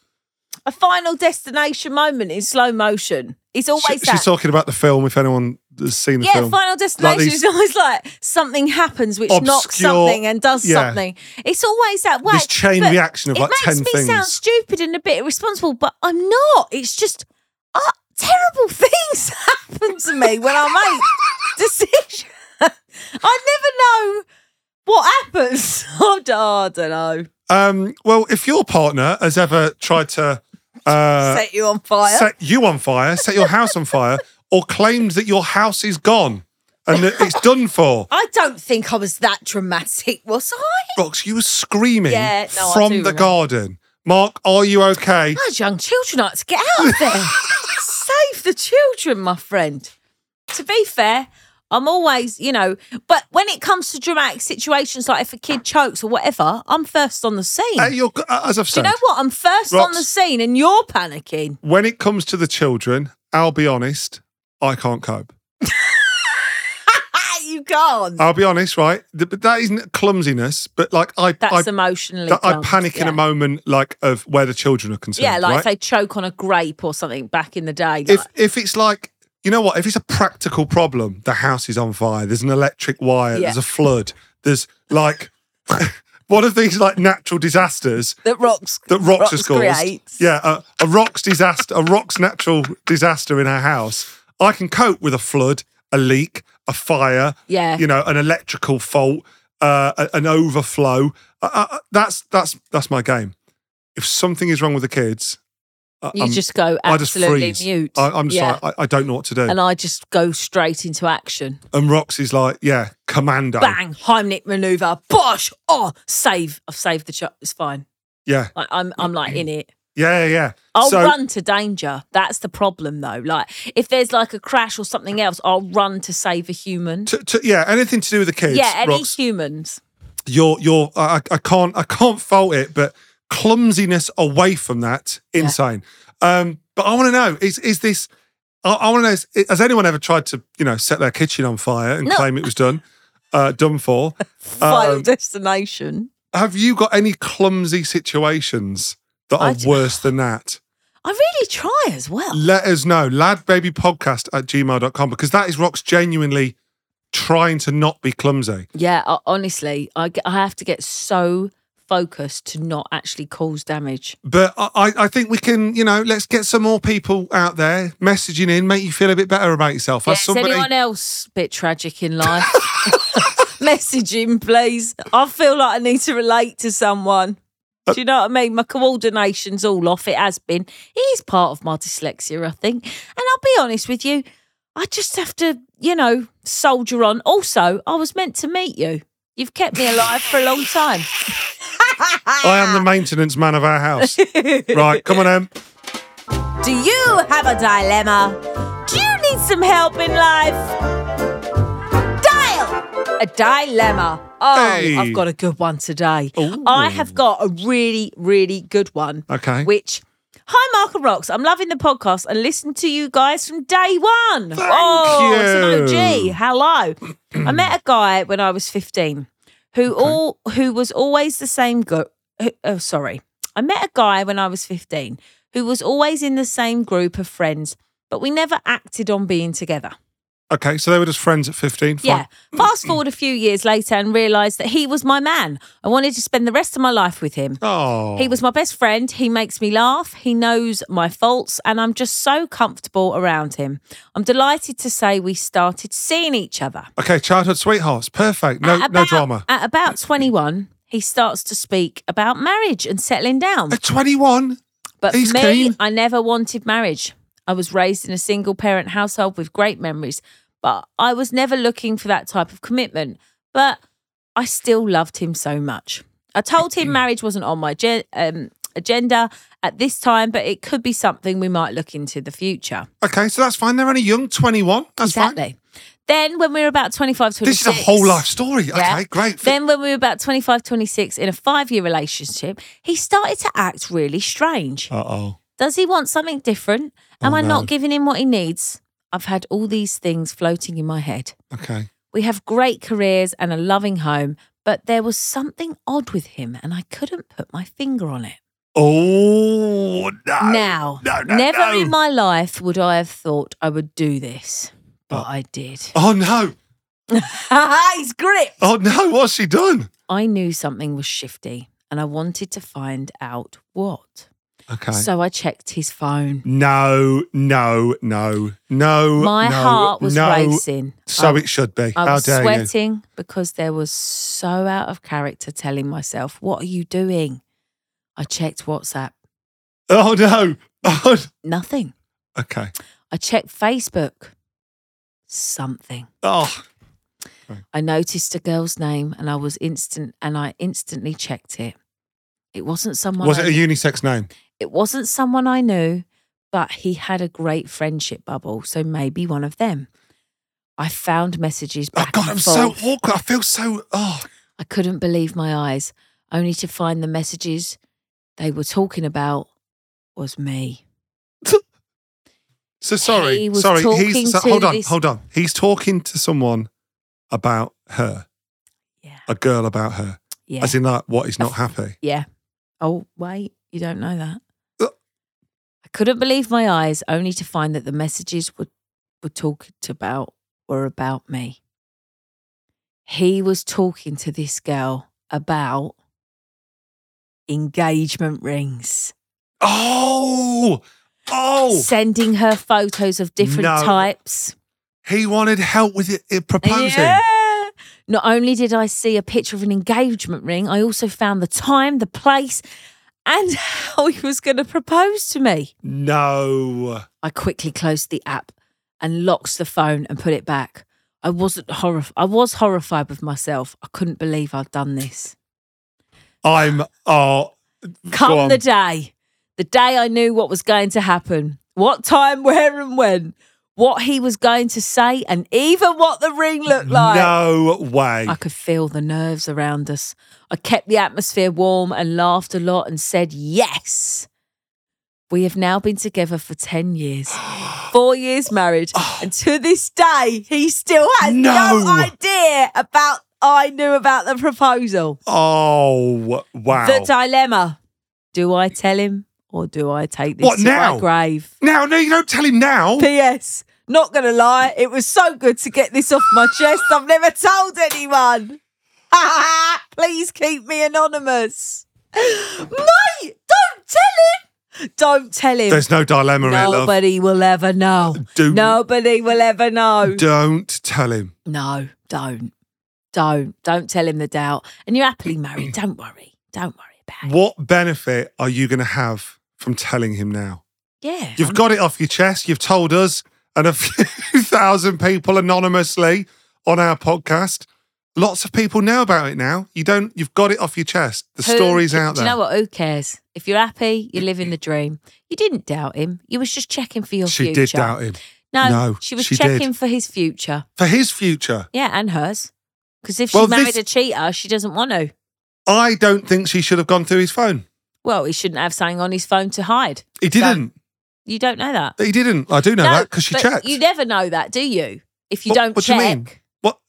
[SPEAKER 2] A final destination moment in slow motion. It's always
[SPEAKER 1] she-
[SPEAKER 2] that.
[SPEAKER 1] she's talking about the film, if anyone has seen the
[SPEAKER 2] yeah,
[SPEAKER 1] film.
[SPEAKER 2] final destination
[SPEAKER 1] these-
[SPEAKER 2] is always like something happens which knocks
[SPEAKER 1] Obscure-
[SPEAKER 2] something and does
[SPEAKER 1] yeah.
[SPEAKER 2] something. It's always that way.
[SPEAKER 1] This chain
[SPEAKER 2] But
[SPEAKER 1] reaction of like
[SPEAKER 2] It
[SPEAKER 1] 10
[SPEAKER 2] makes me
[SPEAKER 1] things.
[SPEAKER 2] sound stupid and a bit irresponsible, but I'm not. It's just uh, terrible things happen to me when I make decisions. I never know what happens. I d- I don't know.
[SPEAKER 1] um, well, if your partner has ever tried to uh,
[SPEAKER 2] Set you on fire.
[SPEAKER 1] set you on fire, set your house on fire, or claims that your house is gone and that it's done for,
[SPEAKER 2] I don't think I was that dramatic, was I?
[SPEAKER 1] Rox, you were screaming
[SPEAKER 2] Yeah, no, I
[SPEAKER 1] from
[SPEAKER 2] do
[SPEAKER 1] the
[SPEAKER 2] remember.
[SPEAKER 1] garden. Mark, are you okay?
[SPEAKER 2] Those young children ought to get out of there. Save the children, my friend. To be fair, I'm always, you know, but when it comes to dramatic situations, like if a kid chokes or whatever, I'm first on the scene.
[SPEAKER 1] At your- uh, as I've
[SPEAKER 2] Do
[SPEAKER 1] said.
[SPEAKER 2] you know what? I'm first on the
[SPEAKER 1] Rox.
[SPEAKER 2] scene and you're panicking.
[SPEAKER 1] when it comes to the children, I'll be honest, I can't cope.
[SPEAKER 2] Ah, you can't.
[SPEAKER 1] I'll be honest, right? Th- But that isn't clumsiness, but like I, I,
[SPEAKER 2] That's emotionally.
[SPEAKER 1] that I
[SPEAKER 2] clung,
[SPEAKER 1] panic in
[SPEAKER 2] yeah.
[SPEAKER 1] a moment, like of where the children are concerned.
[SPEAKER 2] Yeah, like if
[SPEAKER 1] right?
[SPEAKER 2] they choke on a grape or something back in the day.
[SPEAKER 1] if
[SPEAKER 2] like-
[SPEAKER 1] if it's like you know what, if it's a practical problem, the house is on fire. There's an electric wire.
[SPEAKER 2] Yeah.
[SPEAKER 1] There's a flood. There's like one of these like natural disasters
[SPEAKER 2] that rocks.
[SPEAKER 1] that rocks, has caused.
[SPEAKER 2] creates.
[SPEAKER 1] Yeah, a, a rocks disaster, a rocks natural disaster in our house. I can cope with a flood, a leak, a fire.
[SPEAKER 2] Yeah.
[SPEAKER 1] you know, an electrical fault, uh, a- an overflow. Uh, uh, that's that's that's my game. If something is wrong with the kids, I,
[SPEAKER 2] You
[SPEAKER 1] I'm-
[SPEAKER 2] just go
[SPEAKER 1] um, I just
[SPEAKER 2] absolutely
[SPEAKER 1] freeze.
[SPEAKER 2] mute.
[SPEAKER 1] I, I'm just
[SPEAKER 2] Yeah.
[SPEAKER 1] like I, I don't know what to do. And,
[SPEAKER 2] and I just go straight into action.
[SPEAKER 1] Rox is like, yeah, commando.
[SPEAKER 2] Bang, Heimlich maneuver. Bosh. Oh, save. I've saved the shot. It's fine.
[SPEAKER 1] Yeah,
[SPEAKER 2] Like I'm, I'm like in it.
[SPEAKER 1] yeah, yeah. yeah.
[SPEAKER 2] I'll
[SPEAKER 1] so
[SPEAKER 2] run to danger. That's the problem, though. Like if there's like a crash or something else, I'll run to save a human.
[SPEAKER 1] to, to, yeah, anything to do with the kids.
[SPEAKER 2] yeah, any
[SPEAKER 1] Rox,
[SPEAKER 2] humans.
[SPEAKER 1] you're you're I, I can't I can't fault it, but clumsiness away from that insane. Um, but I want to know is is this? I, I want to know is, has anyone ever tried to you know set their kitchen on fire and
[SPEAKER 2] No.
[SPEAKER 1] claim it was done uh, done for?
[SPEAKER 2] Final
[SPEAKER 1] Um,
[SPEAKER 2] destination.
[SPEAKER 1] Have you got any clumsy situations that
[SPEAKER 2] I
[SPEAKER 1] are
[SPEAKER 2] d-
[SPEAKER 1] worse than that?
[SPEAKER 2] I really try as well.
[SPEAKER 1] Let us know. Ladbabypodcast at gmail.com because that is Rox genuinely trying to not be clumsy.
[SPEAKER 2] Yeah, I, honestly, I, g- I have to get so focused to not actually cause damage.
[SPEAKER 1] But I, I I think we can, you know, let's get some more people out there messaging in, make you feel a bit better about yourself.
[SPEAKER 2] Yeah,
[SPEAKER 1] As somebody-
[SPEAKER 2] Is anyone else a bit tragic in life? Message him, please. I feel like I need to relate to someone. Do you know what I mean? My coordination's all off. It has been. It is part of my dyslexia, I think. And I'll be honest with you, I just have to, you know, soldier on. Also, I was meant to meet you. You've kept me alive for a long time.
[SPEAKER 1] I am the maintenance man of our house. right, come on, Em.
[SPEAKER 2] Do you have a dilemma? Do you need some help in life? Dial a dilemma. Oh,
[SPEAKER 1] Hey.
[SPEAKER 2] I've got a good one today. I have got a really, really good one.
[SPEAKER 1] Okay.
[SPEAKER 2] Which, hi, Mark and Rocks. I'm loving the podcast and listen to you guys from day one. oh, it's an
[SPEAKER 1] you.
[SPEAKER 2] OG. Hello. I met a guy when I was 15 who all who was always the same go- who- oh sorry i met a guy when i was 15 who was always in the same group of friends but we never acted on being together
[SPEAKER 1] Okay, so they were just friends at 15. Fine.
[SPEAKER 2] yeah fast forward a few years later and realized that he was my man i wanted to spend the rest of my life with him
[SPEAKER 1] Oh.
[SPEAKER 2] he was my best friend. He makes me laugh. He knows my faults, and I'm just so comfortable around him. I'm delighted to say we started seeing each other.
[SPEAKER 1] Okay, childhood sweethearts. Perfect. No,
[SPEAKER 2] At
[SPEAKER 1] no
[SPEAKER 2] about-
[SPEAKER 1] drama.
[SPEAKER 2] At about 21, he starts to speak about marriage and settling down.
[SPEAKER 1] At 21.
[SPEAKER 2] But
[SPEAKER 1] He's
[SPEAKER 2] for me,
[SPEAKER 1] keen.
[SPEAKER 2] I never wanted marriage. I was raised in a single parent household with great memories, but I was never looking for that type of commitment. But I still loved him so much. I told him marriage wasn't on my gen- um, agenda at this time, but it could be something we might look into the future.
[SPEAKER 1] Okay, so that's fine. They're only young, 21. That's fine.
[SPEAKER 2] Exactly. Then, when we were about 25, 26.
[SPEAKER 1] This is a whole life story.
[SPEAKER 2] Yeah.
[SPEAKER 1] Okay, great.
[SPEAKER 2] Then, when we were about 25, 26, in a five year relationship, he started to act really strange.
[SPEAKER 1] uh oh.
[SPEAKER 2] Does he want something different? Am
[SPEAKER 1] Oh,
[SPEAKER 2] I
[SPEAKER 1] no.
[SPEAKER 2] not giving him what he needs? I've had all these things floating in my head.
[SPEAKER 1] Okay.
[SPEAKER 2] We have great careers and a loving home, but there was something odd with him and I couldn't put my finger on it.
[SPEAKER 1] Oh, no.
[SPEAKER 2] now,
[SPEAKER 1] no, no,
[SPEAKER 2] never
[SPEAKER 1] no.
[SPEAKER 2] in my life would I have thought I would do this, but I did.
[SPEAKER 1] Oh, no.
[SPEAKER 2] He's gripped.
[SPEAKER 1] Oh, no. What's she done?
[SPEAKER 2] I knew something was shifty and I wanted to find out what.
[SPEAKER 1] Okay.
[SPEAKER 2] So I checked his phone.
[SPEAKER 1] no, no, no, no.
[SPEAKER 2] My
[SPEAKER 1] no,
[SPEAKER 2] heart was
[SPEAKER 1] no.
[SPEAKER 2] racing.
[SPEAKER 1] So
[SPEAKER 2] I
[SPEAKER 1] it should be.
[SPEAKER 2] I
[SPEAKER 1] How
[SPEAKER 2] was
[SPEAKER 1] dare you?
[SPEAKER 2] sweating because there was so out of character telling myself, What are you doing? I checked WhatsApp,
[SPEAKER 1] Oh, no. Oh,
[SPEAKER 2] nothing.
[SPEAKER 1] okay.
[SPEAKER 2] I checked Facebook, something.
[SPEAKER 1] Oh,
[SPEAKER 2] I noticed a girl's name and I was instant and I instantly checked it. It wasn't someone
[SPEAKER 1] was it
[SPEAKER 2] I,
[SPEAKER 1] a unisex name?
[SPEAKER 2] it wasn't someone I knew, but he had a great friendship bubble, so maybe one of them. I found messages
[SPEAKER 1] Oh,
[SPEAKER 2] back
[SPEAKER 1] God,
[SPEAKER 2] and
[SPEAKER 1] I'm so
[SPEAKER 2] forth.
[SPEAKER 1] awkward. I feel so. Oh,
[SPEAKER 2] I couldn't believe my eyes, only to find the messages they were talking about was me.
[SPEAKER 1] So sorry,
[SPEAKER 2] He was
[SPEAKER 1] sorry.
[SPEAKER 2] talking
[SPEAKER 1] He's so-
[SPEAKER 2] to
[SPEAKER 1] hold on,
[SPEAKER 2] this-
[SPEAKER 1] hold on. He's talking to someone about her,
[SPEAKER 2] Yeah.
[SPEAKER 1] a girl about her,
[SPEAKER 2] Yeah.
[SPEAKER 1] as in like what is not happy.
[SPEAKER 2] yeah. Oh, wait, you don't know that.
[SPEAKER 1] Uh.
[SPEAKER 2] I couldn't believe my eyes, only to find that the messages were, were talking about were about me. He was talking to this girl about engagement rings,
[SPEAKER 1] Oh, oh.
[SPEAKER 2] sending her photos of different
[SPEAKER 1] No.
[SPEAKER 2] types.
[SPEAKER 1] He wanted help with it, it proposing.
[SPEAKER 2] Yeah. Not only did I see a picture of an engagement ring, I also found the time, the place, and how he was going to propose to me.
[SPEAKER 1] No.
[SPEAKER 2] I quickly closed the app and locked the phone and put it back. I wasn't horrified. I was horrified with myself. I couldn't believe I'd done this.
[SPEAKER 1] I'm. Oh, Go on.
[SPEAKER 2] Come the day, the day I knew what was going to happen, what time, where, and when, what he was going to say, and even what the ring looked like.
[SPEAKER 1] no way.
[SPEAKER 2] I could feel the nerves around us. I kept the atmosphere warm and laughed a lot and said, Yes. We have now been together for 10 years, four years married. And to this day, he still has no,
[SPEAKER 1] Oh. No.
[SPEAKER 2] idea about I knew about the proposal.
[SPEAKER 1] Oh, wow.
[SPEAKER 2] The dilemma. Do I tell him or do I take this
[SPEAKER 1] What,
[SPEAKER 2] to
[SPEAKER 1] now?
[SPEAKER 2] my grave?
[SPEAKER 1] Now, no, you don't tell him now.
[SPEAKER 2] P.S. Not gonna lie, it was so good to get this off my chest. I've never told anyone. Please keep me anonymous, mate. Don't tell him. Don't tell him.
[SPEAKER 1] There's no dilemma here, love.
[SPEAKER 2] Nobody will ever know.
[SPEAKER 1] Do-
[SPEAKER 2] Nobody will ever know.
[SPEAKER 1] Don't tell him.
[SPEAKER 2] No, don't. Don't. Don't tell him the doubt. And you're happily married. Don't worry. Don't worry about it.
[SPEAKER 1] What benefit are you going to have from telling him now?
[SPEAKER 2] Yeah.
[SPEAKER 1] You've got it off your chest. You've told us and a few thousand people anonymously on our podcast. Lots of people know about it now. You don't. You've got it off your chest. The
[SPEAKER 2] Who-
[SPEAKER 1] story's out
[SPEAKER 2] do
[SPEAKER 1] there.
[SPEAKER 2] you know what? Who cares? If you're happy, you're living the dream. You didn't doubt him. You was just checking for your
[SPEAKER 1] she
[SPEAKER 2] future.
[SPEAKER 1] did doubt him
[SPEAKER 2] No,
[SPEAKER 1] No,
[SPEAKER 2] she was
[SPEAKER 1] she did.
[SPEAKER 2] checking for his future.
[SPEAKER 1] for his future.
[SPEAKER 2] Yeah, and hers. Because if she
[SPEAKER 1] Well,
[SPEAKER 2] married
[SPEAKER 1] this-
[SPEAKER 2] a cheater, she doesn't want to.
[SPEAKER 1] I don't think she should have gone through his phone.
[SPEAKER 2] Well, he shouldn't have something on his phone to hide.
[SPEAKER 1] He didn't.
[SPEAKER 2] You don't know that.
[SPEAKER 1] He didn't. I do know that because she
[SPEAKER 2] but
[SPEAKER 1] checked.
[SPEAKER 2] You never know that, do you? If you
[SPEAKER 1] What-
[SPEAKER 2] don't
[SPEAKER 1] what do
[SPEAKER 2] check,
[SPEAKER 1] you mean? What?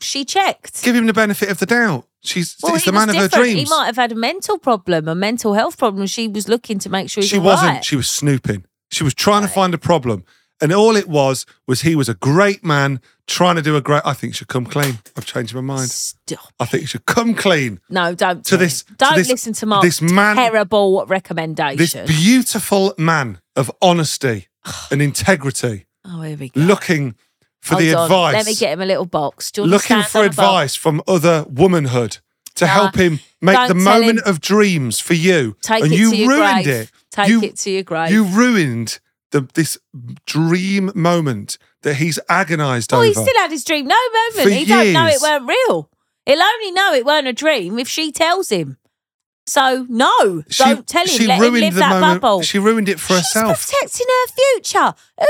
[SPEAKER 2] she checked.
[SPEAKER 1] Give him the benefit of the doubt. She's
[SPEAKER 2] Well,
[SPEAKER 1] it's
[SPEAKER 2] he
[SPEAKER 1] the man
[SPEAKER 2] was
[SPEAKER 1] of her
[SPEAKER 2] different.
[SPEAKER 1] dreams.
[SPEAKER 2] He might have had a mental problem, a mental health problem. She was looking to make sure he
[SPEAKER 1] she
[SPEAKER 2] was
[SPEAKER 1] wasn't. She was snooping. She was trying to find a problem, and all it was was he was a great man trying to do a great. I think she should come clean. I've changed my mind.
[SPEAKER 2] Stop.
[SPEAKER 1] I think she should come clean.
[SPEAKER 2] No, don't.
[SPEAKER 1] To
[SPEAKER 2] do it.
[SPEAKER 1] this- to
[SPEAKER 2] Don't
[SPEAKER 1] this-
[SPEAKER 2] listen to Mark's
[SPEAKER 1] this man-
[SPEAKER 2] terrible
[SPEAKER 1] This
[SPEAKER 2] recommendation.
[SPEAKER 1] beautiful man of honesty and integrity,
[SPEAKER 2] oh, here we go.
[SPEAKER 1] looking for
[SPEAKER 2] Hold
[SPEAKER 1] the
[SPEAKER 2] on.
[SPEAKER 1] advice,
[SPEAKER 2] Let me get him a little box. Do you
[SPEAKER 1] looking
[SPEAKER 2] understand
[SPEAKER 1] for
[SPEAKER 2] on a box?
[SPEAKER 1] advice from other womanhood to
[SPEAKER 2] Nah,
[SPEAKER 1] help him make
[SPEAKER 2] don't
[SPEAKER 1] the
[SPEAKER 2] tell
[SPEAKER 1] moment
[SPEAKER 2] him.
[SPEAKER 1] of dreams for you.
[SPEAKER 2] Take
[SPEAKER 1] and
[SPEAKER 2] it
[SPEAKER 1] you
[SPEAKER 2] to your
[SPEAKER 1] ruined
[SPEAKER 2] grave.
[SPEAKER 1] it.
[SPEAKER 2] Take
[SPEAKER 1] You-
[SPEAKER 2] it to your grave.
[SPEAKER 1] You ruined the, this dream moment that he's agonised
[SPEAKER 2] Well,
[SPEAKER 1] over.
[SPEAKER 2] he still had his dream. No moment.
[SPEAKER 1] For
[SPEAKER 2] he don't know it
[SPEAKER 1] years.
[SPEAKER 2] weren't real. He'll only know it weren't a dream if she tells him. So no,
[SPEAKER 1] She-
[SPEAKER 2] don't tell him.
[SPEAKER 1] She
[SPEAKER 2] Let him
[SPEAKER 1] ruined
[SPEAKER 2] live
[SPEAKER 1] the
[SPEAKER 2] that
[SPEAKER 1] moment.
[SPEAKER 2] bubble.
[SPEAKER 1] She ruined it for
[SPEAKER 2] She's
[SPEAKER 1] herself.
[SPEAKER 2] protecting her future. Who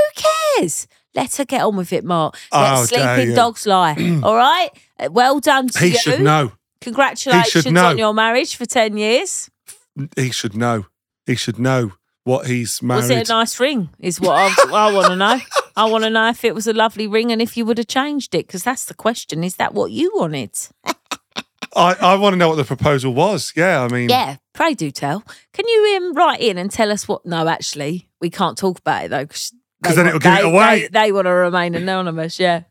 [SPEAKER 2] cares? Let her get on with it, Mark. Let
[SPEAKER 1] Oh, dare
[SPEAKER 2] sleeping
[SPEAKER 1] you.
[SPEAKER 2] dogs lie. All right. Uh, Well done to
[SPEAKER 1] He
[SPEAKER 2] you.
[SPEAKER 1] should know.
[SPEAKER 2] Congratulations
[SPEAKER 1] know.
[SPEAKER 2] on your marriage for ten years.
[SPEAKER 1] He should know. He should know what he's married.
[SPEAKER 2] Was it a nice ring? Is what I, want to know. I want to know if it was a lovely ring and if you would have changed it, because that's the question. Is that what you wanted?
[SPEAKER 1] Mm. I, I want to know what the proposal was. Yeah, I mean,
[SPEAKER 2] Yeah, pray do tell. Can you um, write in and tell us what? No, actually, we can't talk about it though, because
[SPEAKER 1] 'Cause then it'll give it away.
[SPEAKER 2] They, want to remain anonymous. Yeah.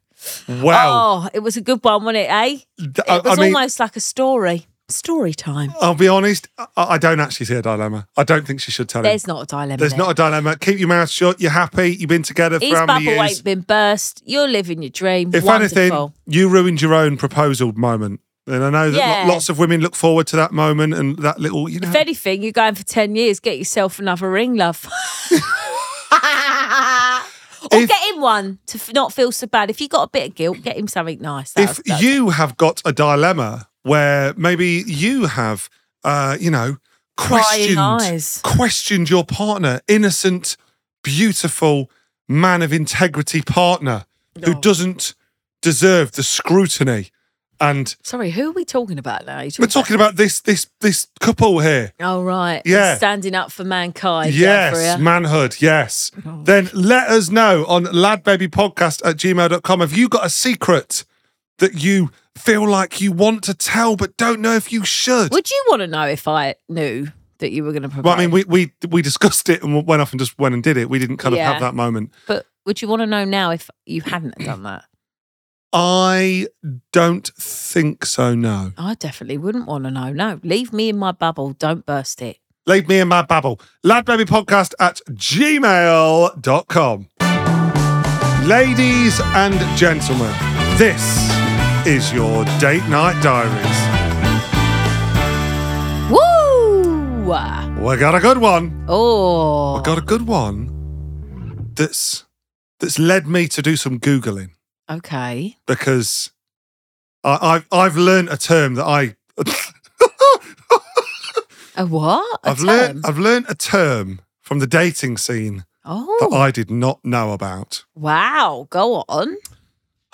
[SPEAKER 1] wow.
[SPEAKER 2] Oh, it was a good one, wasn't it? Eh?
[SPEAKER 1] Th- I,
[SPEAKER 2] It was
[SPEAKER 1] I mean,
[SPEAKER 2] almost like a story. Story time.
[SPEAKER 1] I'll be honest. I, I don't actually see a dilemma. I don't think she should tell him.
[SPEAKER 2] There's not a dilemma.
[SPEAKER 1] There's
[SPEAKER 2] there.
[SPEAKER 1] not a dilemma. Keep your mouth shut. You're happy. You've been together for
[SPEAKER 2] His
[SPEAKER 1] how many
[SPEAKER 2] bubble
[SPEAKER 1] years?
[SPEAKER 2] ain't been burst. You're living your dream.
[SPEAKER 1] If anything,
[SPEAKER 2] Wonderful.
[SPEAKER 1] you ruined your own proposal moment. And I know that lo-
[SPEAKER 2] Yeah.
[SPEAKER 1] lots of women look forward to that moment and that little, you know.
[SPEAKER 2] If anything, you're going for ten years. Get yourself another ring, love. or
[SPEAKER 1] If-
[SPEAKER 2] get him one to f- not feel so bad. If you got a bit of guilt, get him something nice. That
[SPEAKER 1] if
[SPEAKER 2] was- that was-
[SPEAKER 1] you have got a dilemma where maybe you have, uh, you know,
[SPEAKER 2] Crying
[SPEAKER 1] questioned,
[SPEAKER 2] eyes.
[SPEAKER 1] questioned your partner, innocent, beautiful man of integrity partner who
[SPEAKER 2] No.
[SPEAKER 1] doesn't deserve the scrutiny. And
[SPEAKER 2] Sorry, who are we talking about now? Are you
[SPEAKER 1] we're talking about this this this couple here.
[SPEAKER 2] Oh right,
[SPEAKER 1] Yeah.
[SPEAKER 2] standing up for mankind.
[SPEAKER 1] Yes,
[SPEAKER 2] Jeffrey.
[SPEAKER 1] manhood. Yes. Then let us know on ladbabypodcast at gmail.com. Have you got a secret that you feel like you want to tell but don't know if you should?
[SPEAKER 2] Would you want to know if I knew that you were going to propose?
[SPEAKER 1] Well, I mean, we, we we discussed it and went off and just went and did it. We didn't kind of
[SPEAKER 2] Yeah.
[SPEAKER 1] have that moment.
[SPEAKER 2] but would you want to know now if you hadn't have done that?
[SPEAKER 1] I don't think so. No,
[SPEAKER 2] I definitely wouldn't want to know. No, leave me in my bubble. Don't burst it.
[SPEAKER 1] leave me in my babble. Ladbabypodcast at gmail.com. Ladies and gentlemen, this is your date night diaries.
[SPEAKER 2] Woo!
[SPEAKER 1] We got a good one.
[SPEAKER 2] Oh,
[SPEAKER 1] I got a good one. That's that's led me to do some googling.
[SPEAKER 2] okay.
[SPEAKER 1] because I, I've I've learned a term that I
[SPEAKER 2] A what? A
[SPEAKER 1] I've learned
[SPEAKER 2] term?
[SPEAKER 1] I've learned a term from the dating scene
[SPEAKER 2] Oh,
[SPEAKER 1] that I did not know about.
[SPEAKER 2] wow. Go on.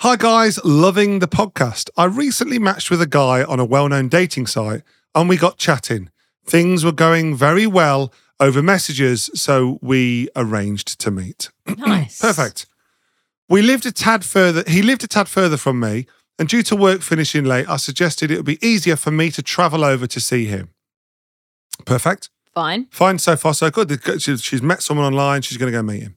[SPEAKER 1] Hi guys, loving the podcast. I recently matched with a guy on a well-known dating site and we got chatting. Things were going very well over messages, so we arranged to meet.
[SPEAKER 2] Nice.
[SPEAKER 1] Perfect. We lived a tad further. He lived a tad further from me, and due to work finishing late, I suggested it would be easier for me to travel over to see him. Perfect.
[SPEAKER 2] Fine.
[SPEAKER 1] Fine so far, so good. The- she- She's met someone online. She's going to go meet him.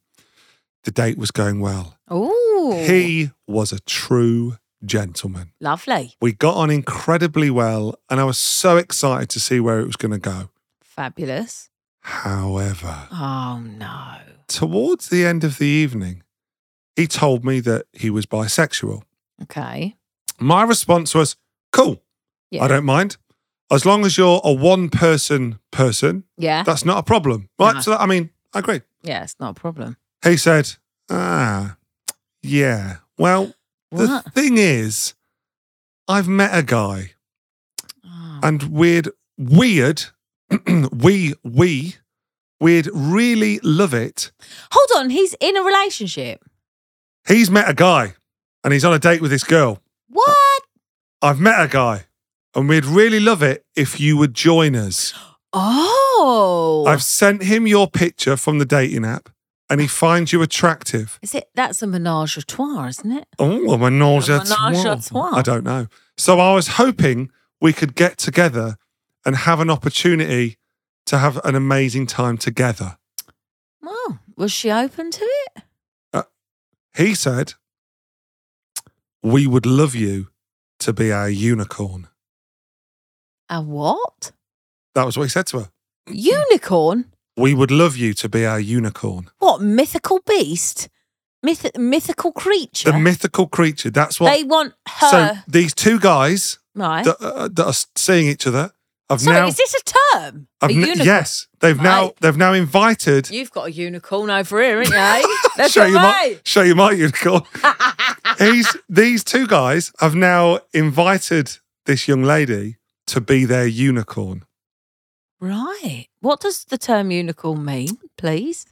[SPEAKER 1] The date was going well.
[SPEAKER 2] Ooh.
[SPEAKER 1] He was a true gentleman.
[SPEAKER 2] Lovely.
[SPEAKER 1] We got on incredibly well, and I was so excited to see where it was going to go.
[SPEAKER 2] Fabulous.
[SPEAKER 1] However,
[SPEAKER 2] Oh, no.
[SPEAKER 1] towards the end of the evening, he told me that he was bisexual.
[SPEAKER 2] Okay.
[SPEAKER 1] My response was, cool,
[SPEAKER 2] Yeah.
[SPEAKER 1] I don't mind. As long as you're a one person person,
[SPEAKER 2] Yeah.
[SPEAKER 1] that's not a problem. Right?
[SPEAKER 2] No.
[SPEAKER 1] So, that, I mean, I agree.
[SPEAKER 2] Yeah, it's not a problem.
[SPEAKER 1] He said, ah, yeah. Well,
[SPEAKER 2] What?
[SPEAKER 1] the thing is, I've met a guy
[SPEAKER 2] Oh,
[SPEAKER 1] and weird, weird, we, we, we'd really love it
[SPEAKER 2] Hold on. He's in a relationship.
[SPEAKER 1] He's met a guy and he's on a date with this girl.
[SPEAKER 2] What?
[SPEAKER 1] I've met a guy and we'd really love it if you would join us.
[SPEAKER 2] Oh.
[SPEAKER 1] I've sent him your picture from the dating app and he finds you attractive.
[SPEAKER 2] Is it? That's a menage a trois, isn't it?
[SPEAKER 1] Oh, a menage
[SPEAKER 2] A
[SPEAKER 1] a
[SPEAKER 2] menage a
[SPEAKER 1] trois.
[SPEAKER 2] trois.
[SPEAKER 1] I don't know. So I was hoping we could get together and have an opportunity to have an amazing time together.
[SPEAKER 2] Oh, was she open to it?
[SPEAKER 1] He said, We would love you to be our unicorn.
[SPEAKER 2] A what?
[SPEAKER 1] That was what he said to her.
[SPEAKER 2] Unicorn?
[SPEAKER 1] We would love you to be our unicorn.
[SPEAKER 2] What? Mythical beast? Myth- mythical creature?
[SPEAKER 1] The mythical creature. That's what.
[SPEAKER 2] They want
[SPEAKER 1] so
[SPEAKER 2] her.
[SPEAKER 1] these two guys
[SPEAKER 2] right.
[SPEAKER 1] that, uh, that are seeing each other have
[SPEAKER 2] Sorry,
[SPEAKER 1] now.
[SPEAKER 2] is this a term?
[SPEAKER 1] have
[SPEAKER 2] a
[SPEAKER 1] n-
[SPEAKER 2] unicorn?
[SPEAKER 1] yes, they've now
[SPEAKER 2] Right.
[SPEAKER 1] they've now invited.
[SPEAKER 2] You've got a unicorn over here, ain't you? eh? That's
[SPEAKER 1] show you my
[SPEAKER 2] right.
[SPEAKER 1] show you my unicorn. He's, these two guys have now invited this young lady to be their unicorn.
[SPEAKER 2] Right. What does the term unicorn mean, please?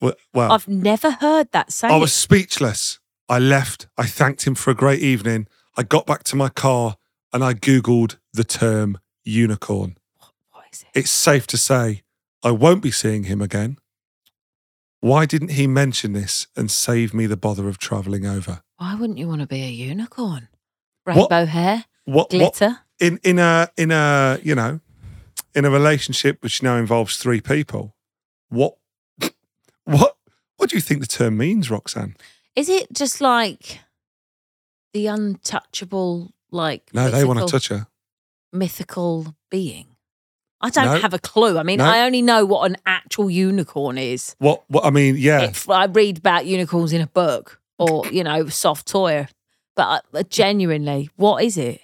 [SPEAKER 1] Well, well
[SPEAKER 2] I've never heard that say.
[SPEAKER 1] Oh. I was speechless. I left. I thanked him for a great evening. I got back to my car and I googled the term unicorn.
[SPEAKER 2] What is it?
[SPEAKER 1] it's safe to say I won't be seeing him again. Why didn't he mention this and save me the bother of travelling over?
[SPEAKER 2] Why wouldn't you want to be a unicorn? Rainbow
[SPEAKER 1] What-
[SPEAKER 2] hair,
[SPEAKER 1] What, what
[SPEAKER 2] glitter.
[SPEAKER 1] in in a in a you know in a relationship which now involves three people? What what what do you think the term means, Roxanne?
[SPEAKER 2] Is it just like the untouchable, like
[SPEAKER 1] No, they want to
[SPEAKER 2] mythical-
[SPEAKER 1] touch her.
[SPEAKER 2] mythical being? I don't
[SPEAKER 1] No.
[SPEAKER 2] have a clue. I mean,
[SPEAKER 1] No.
[SPEAKER 2] I only know what an actual unicorn is.
[SPEAKER 1] What what I mean? Yeah,
[SPEAKER 2] If I read about unicorns in a book or you know soft toy, but uh, genuinely, what is it?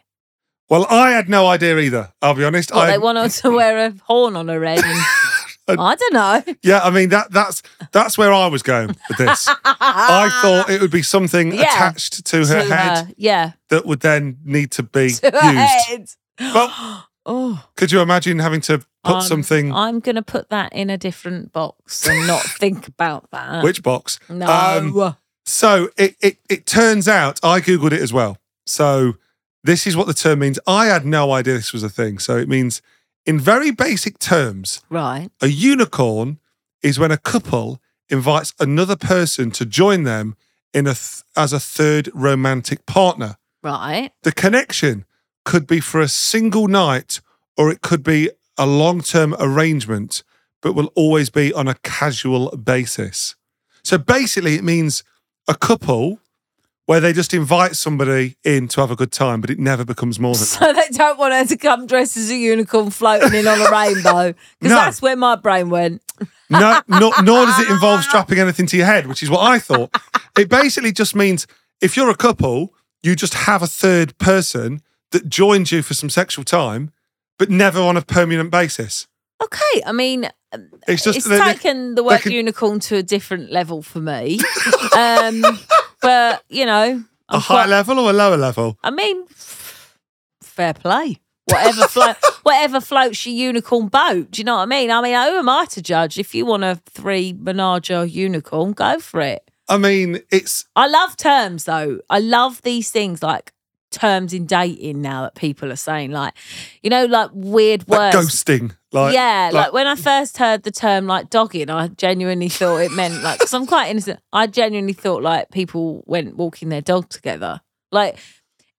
[SPEAKER 1] Well, I had no idea either. I'll be honest.
[SPEAKER 2] What
[SPEAKER 1] I,
[SPEAKER 2] they want us to wear a horn on her head? and- I don't know.
[SPEAKER 1] yeah, I mean that that's that's where I was going with this. I thought it would be something
[SPEAKER 2] Yeah.
[SPEAKER 1] attached to her
[SPEAKER 2] To
[SPEAKER 1] head
[SPEAKER 2] her, yeah,
[SPEAKER 1] that would then need to be
[SPEAKER 2] to her
[SPEAKER 1] used.
[SPEAKER 2] head.
[SPEAKER 1] Well-
[SPEAKER 2] oh,
[SPEAKER 1] Could you imagine having to put
[SPEAKER 2] I'm-
[SPEAKER 1] something?
[SPEAKER 2] I'm going to put that in a different box and not think about that.
[SPEAKER 1] which box?
[SPEAKER 2] no.
[SPEAKER 1] um, So it, it it turns out I googled it as well. So this is what the term means. I had no idea this was a thing. So it means, in very basic terms,
[SPEAKER 2] right.
[SPEAKER 1] a unicorn is when a couple invites another person to join them in a th- as a third romantic partner.
[SPEAKER 2] Right.
[SPEAKER 1] The connection could be for a single night or it could be a long term arrangement, but will always be on a casual basis. So basically, it means a couple where they just invite somebody in to have a good time, but it never becomes more than that.
[SPEAKER 2] So they don't want her to come dressed as a unicorn floating in on a rainbow. Because
[SPEAKER 1] No.
[SPEAKER 2] that's where my brain went.
[SPEAKER 1] No, nor, nor does it involve strapping anything to your head, which is what I thought. It basically just means if you're a couple, you just have a third person that joins you for some sexual time, but never on a permanent basis.
[SPEAKER 2] Okay. I mean,
[SPEAKER 1] It's just
[SPEAKER 2] it's
[SPEAKER 1] that they-
[SPEAKER 2] taken the word
[SPEAKER 1] can-
[SPEAKER 2] unicorn to a different level for me. um, but, you know,
[SPEAKER 1] a
[SPEAKER 2] I'm
[SPEAKER 1] high
[SPEAKER 2] quite-
[SPEAKER 1] level or a lower level?
[SPEAKER 2] I mean, f- fair play. Whatever float, whatever floats your unicorn boat. Do you know what I mean? I mean, who am I to judge? If you want a three menage a unicorn, go for it.
[SPEAKER 1] I mean, it's
[SPEAKER 2] I love terms though. I love these things like terms in dating now that people are saying like, you know, like weird
[SPEAKER 1] like
[SPEAKER 2] words.
[SPEAKER 1] ghosting. Like,
[SPEAKER 2] yeah, like, when I first heard the term like dogging, I genuinely thought it meant like because I'm quite innocent. I genuinely thought like people went walking their dog together. Like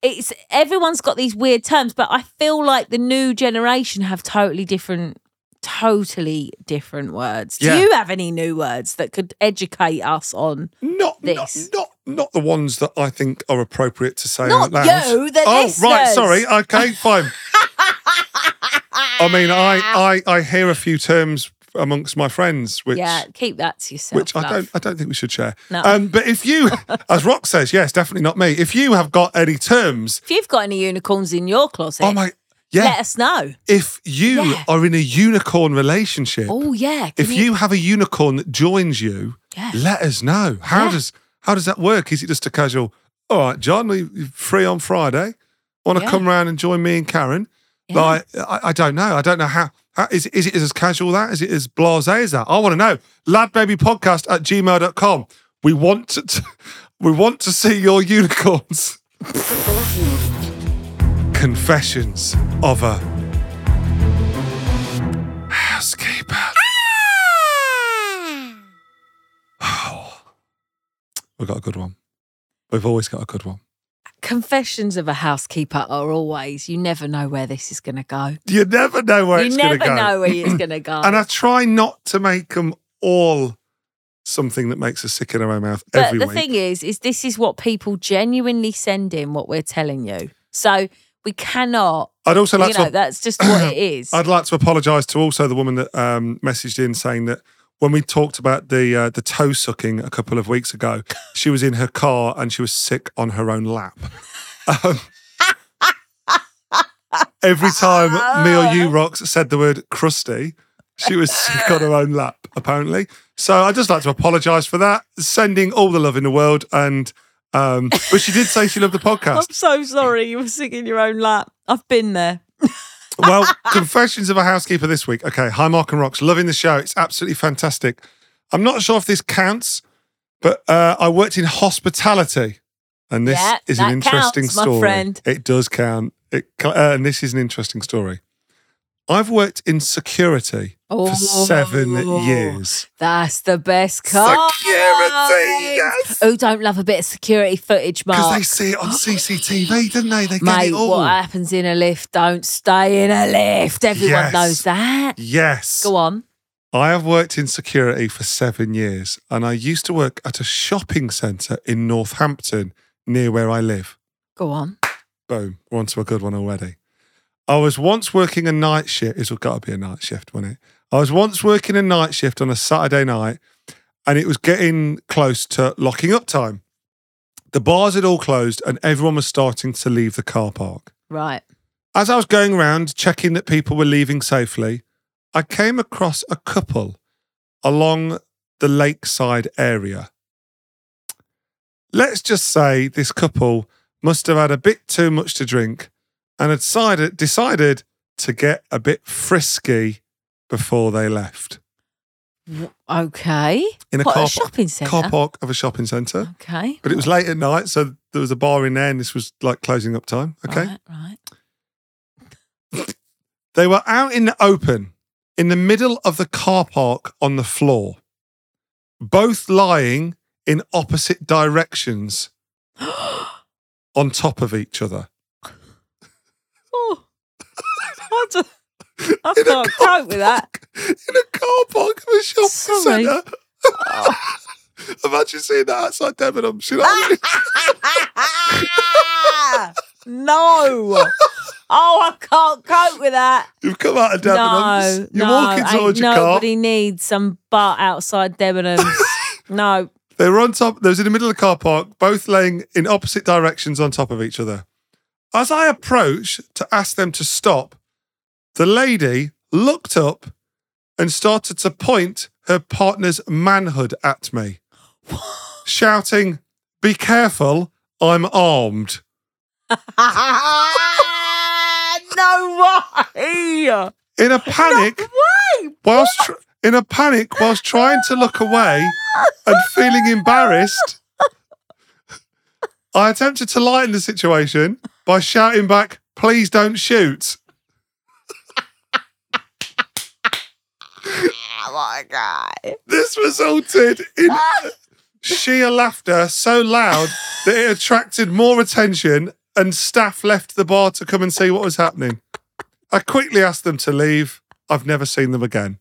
[SPEAKER 2] it's everyone's got these weird terms, but I feel like the new generation have totally different totally different words. Do
[SPEAKER 1] Yeah.
[SPEAKER 2] you have any new words that could educate us on?
[SPEAKER 1] Not, not
[SPEAKER 2] This.
[SPEAKER 1] not not the ones that I think are appropriate to say
[SPEAKER 2] Not
[SPEAKER 1] out loud.
[SPEAKER 2] you, the
[SPEAKER 1] oh, right,
[SPEAKER 2] listeners.
[SPEAKER 1] sorry. Okay, fine. I mean, I, I I hear a few terms amongst my friends, which
[SPEAKER 2] yeah, keep that to yourself.
[SPEAKER 1] which I
[SPEAKER 2] love.
[SPEAKER 1] don't I don't think we should share.
[SPEAKER 2] No.
[SPEAKER 1] Um, but if you, as Rock says, yes, definitely not me. If you have got any terms,
[SPEAKER 2] If you've got any unicorns in your closet,
[SPEAKER 1] oh my, yeah.
[SPEAKER 2] let us know.
[SPEAKER 1] if you
[SPEAKER 2] Yeah.
[SPEAKER 1] are in a unicorn relationship,
[SPEAKER 2] Oh yeah, can
[SPEAKER 1] if you, have a unicorn that joins you,
[SPEAKER 2] Yeah.
[SPEAKER 1] let us know. How
[SPEAKER 2] Yeah.
[SPEAKER 1] does how does that work? Is it just a casual? All right, John, are you free on Friday? Want to
[SPEAKER 2] Yeah.
[SPEAKER 1] come round and join me and Karen?
[SPEAKER 2] Yeah.
[SPEAKER 1] Like, I, I don't know. I don't know how. how is, it- is it as casual that? Is it as blase as that? I want to know. Ladbabypodcast at gmail.com. We want to, we want to see your unicorns. Confessions of a housekeeper.
[SPEAKER 2] Ah!
[SPEAKER 1] Oh. We've got a good one. We've always got a good one.
[SPEAKER 2] Confessions of a housekeeper are always. You never know where this is going to go.
[SPEAKER 1] You never know where
[SPEAKER 2] you
[SPEAKER 1] it's
[SPEAKER 2] never
[SPEAKER 1] going to go.
[SPEAKER 2] know where it's going to go.
[SPEAKER 1] And I try not to make them all something that makes us sick in our mouth
[SPEAKER 2] But
[SPEAKER 1] every
[SPEAKER 2] the
[SPEAKER 1] week.
[SPEAKER 2] thing is, is this is what people genuinely send in what we're telling you. So we cannot,
[SPEAKER 1] I'd also like
[SPEAKER 2] you know,
[SPEAKER 1] to.
[SPEAKER 2] that's just what it is.
[SPEAKER 1] I'd like to apologise to also the woman that um, messaged in saying that when we talked about the uh, the toe sucking a couple of weeks ago, she was in her car and she was sick on her own lap. Um, every time me or you rocks said the word crusty, she was sick on her own lap. Apparently, so I'd just like to apologise for that. Sending all the love in the world, and um, but she did say she loved the podcast.
[SPEAKER 2] I'm so sorry you were singing your own lap. I've been there.
[SPEAKER 1] well, confessions of a housekeeper this week. Okay, hi Mark and Rocks, loving the show. It's absolutely fantastic. I'm not sure if this counts, but uh, I worked in hospitality, and this
[SPEAKER 2] Yeah,
[SPEAKER 1] is an
[SPEAKER 2] that
[SPEAKER 1] interesting
[SPEAKER 2] counts, my
[SPEAKER 1] story.
[SPEAKER 2] friend.
[SPEAKER 1] It does count. It, co- uh, and this is an interesting story. I've worked in security
[SPEAKER 2] Oh.
[SPEAKER 1] for seven years.
[SPEAKER 2] That's the best car.
[SPEAKER 1] Security, yes.
[SPEAKER 2] Who don't love a bit of security footage,
[SPEAKER 1] Because
[SPEAKER 2] Oh, Mark?
[SPEAKER 1] they see it on CCTV, didn't they? They get
[SPEAKER 2] Mate,
[SPEAKER 1] it all.
[SPEAKER 2] what happens in a lift don't stay in a lift. Everyone
[SPEAKER 1] Yes.
[SPEAKER 2] knows that.
[SPEAKER 1] yes.
[SPEAKER 2] Go on.
[SPEAKER 1] I have worked in security for seven years and I used to work at a shopping centre in Northampton near where I live.
[SPEAKER 2] Go on.
[SPEAKER 1] Boom, we're onto a good one already. I was once working a night shift. It's got to be a night shift, wasn't it? I was once working a night shift on a Saturday night and it was getting close to locking up time. The bars had all closed and everyone was starting to leave the car park.
[SPEAKER 2] Right.
[SPEAKER 1] As I was going round checking that people were leaving safely, I came across a couple along the lakeside area. Let's just say this couple must have had a bit too much to drink and had decided, decided to get a bit frisky before they left.
[SPEAKER 2] Okay.
[SPEAKER 1] In a
[SPEAKER 2] what,
[SPEAKER 1] car
[SPEAKER 2] a
[SPEAKER 1] park-
[SPEAKER 2] shopping centre?
[SPEAKER 1] Car park of a shopping centre.
[SPEAKER 2] Okay.
[SPEAKER 1] But it was late at night, so there was a bar in there and this was like closing up time. Okay.
[SPEAKER 2] Right, right.
[SPEAKER 1] They were out in the open, in the middle of the car park on the floor, both lying in opposite directions on top of each other.
[SPEAKER 2] Oh, I, don't- I
[SPEAKER 1] In a
[SPEAKER 2] can't
[SPEAKER 1] car
[SPEAKER 2] cope with that.
[SPEAKER 1] In a car park of a shopping
[SPEAKER 2] Sorry.
[SPEAKER 1] centre. Imagine seeing that outside Debenham. You know what I mean?
[SPEAKER 2] no. Oh, I can't cope with that.
[SPEAKER 1] You've come out of
[SPEAKER 2] No,
[SPEAKER 1] Debenhams. You're
[SPEAKER 2] no,
[SPEAKER 1] walking towards
[SPEAKER 2] ain't
[SPEAKER 1] your car.
[SPEAKER 2] nobody needs some butt outside Debenhams. no,
[SPEAKER 1] They were on top. They was in the middle of the car park, both laying in opposite directions on top of each other. As I approached to ask them to stop, the lady looked up and started to point her partner's manhood at me, shouting, "Be careful! I'm armed."
[SPEAKER 2] no way.
[SPEAKER 1] In a panic,
[SPEAKER 2] Why?
[SPEAKER 1] whilst tr- in a panic whilst trying to look away and feeling embarrassed i attempted to lighten the situation by shouting back please don't shoot
[SPEAKER 2] Oh my god.
[SPEAKER 1] this resulted in sheer laughter so loud that it attracted more attention and staff left the bar to come and see what was happening i quickly asked them to leave I've never seen them again.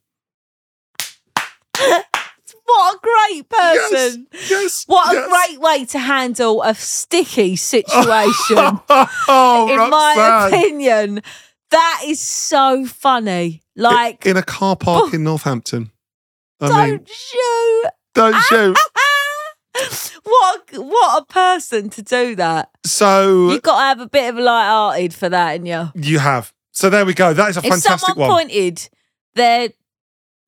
[SPEAKER 2] What a great person.
[SPEAKER 1] Yes. Yes.
[SPEAKER 2] What
[SPEAKER 1] yes.
[SPEAKER 2] a great way to handle a sticky situation.
[SPEAKER 1] oh,
[SPEAKER 2] in my
[SPEAKER 1] Roxanne.
[SPEAKER 2] opinion. That is so funny. Like,
[SPEAKER 1] in a car park in Northampton. I
[SPEAKER 2] Oh. don't Ah,
[SPEAKER 1] mean,
[SPEAKER 2] shoot.
[SPEAKER 1] don't shoot.
[SPEAKER 2] what a- what a person to do that.
[SPEAKER 1] So
[SPEAKER 2] You got to have a bit of a light-hearted for that in you.
[SPEAKER 1] you have. So there we go. That is a
[SPEAKER 2] If
[SPEAKER 1] fantastic
[SPEAKER 2] someone
[SPEAKER 1] one.
[SPEAKER 2] pointed their di-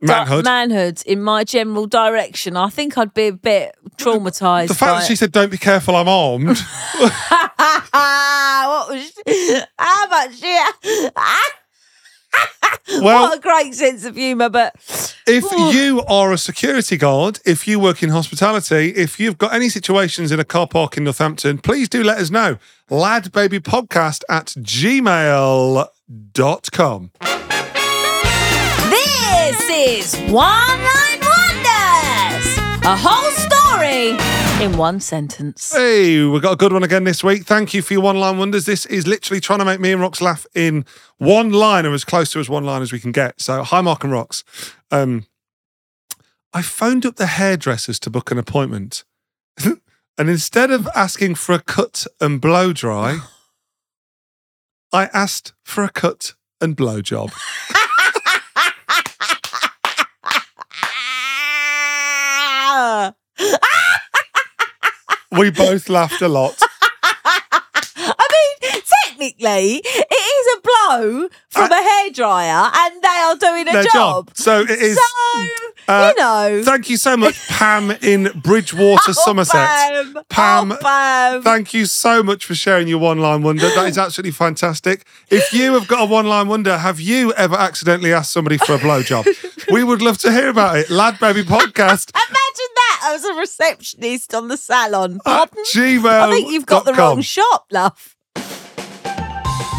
[SPEAKER 1] Manhood.
[SPEAKER 2] manhood in my general direction, I think I'd be a bit traumatized.
[SPEAKER 1] the fact that she said, "Don't be careful, I'm armed."
[SPEAKER 2] what was she, how much she,
[SPEAKER 1] Well,
[SPEAKER 2] what a great sense of humour, but
[SPEAKER 1] If
[SPEAKER 2] Ooh.
[SPEAKER 1] you are a security guard, if you work in hospitality, if you've got any situations in a car park in Northampton, please do let us know. Ladbabypodcast at gmail.com.
[SPEAKER 2] This is One Line Wonders, a whole story in one sentence.
[SPEAKER 1] Hey, we got a good one again this week. Thank you for your one line wonders. This is literally trying to make me and Rox laugh in one line or as close to as one line as we can get. So, hi, Mark and Rox. Um, I phoned up the hairdressers to book an appointment. and instead of asking for a cut and blow dry, I asked for a cut and blow job. We both laughed a lot.
[SPEAKER 2] I mean, technically, it is a blow from
[SPEAKER 1] Uh,
[SPEAKER 2] a hairdryer, and they are doing a
[SPEAKER 1] Their
[SPEAKER 2] job.
[SPEAKER 1] So it is.
[SPEAKER 2] So,
[SPEAKER 1] uh,
[SPEAKER 2] you know.
[SPEAKER 1] Thank you so much, Pam in Bridgewater,
[SPEAKER 2] Oh,
[SPEAKER 1] Somerset.
[SPEAKER 2] Pam.
[SPEAKER 1] Pam,
[SPEAKER 2] Oh, Pam.
[SPEAKER 1] Thank you so much for sharing your one line wonder. That is absolutely fantastic. If you have got a one line wonder, have you ever accidentally asked somebody for a blowjob? We would love to hear about it. Lad Baby Podcast
[SPEAKER 2] Imagine that. I was a receptionist on the salon.
[SPEAKER 1] at
[SPEAKER 2] Pardon?
[SPEAKER 1] gmail.
[SPEAKER 2] I think you've got the wrong shop, love.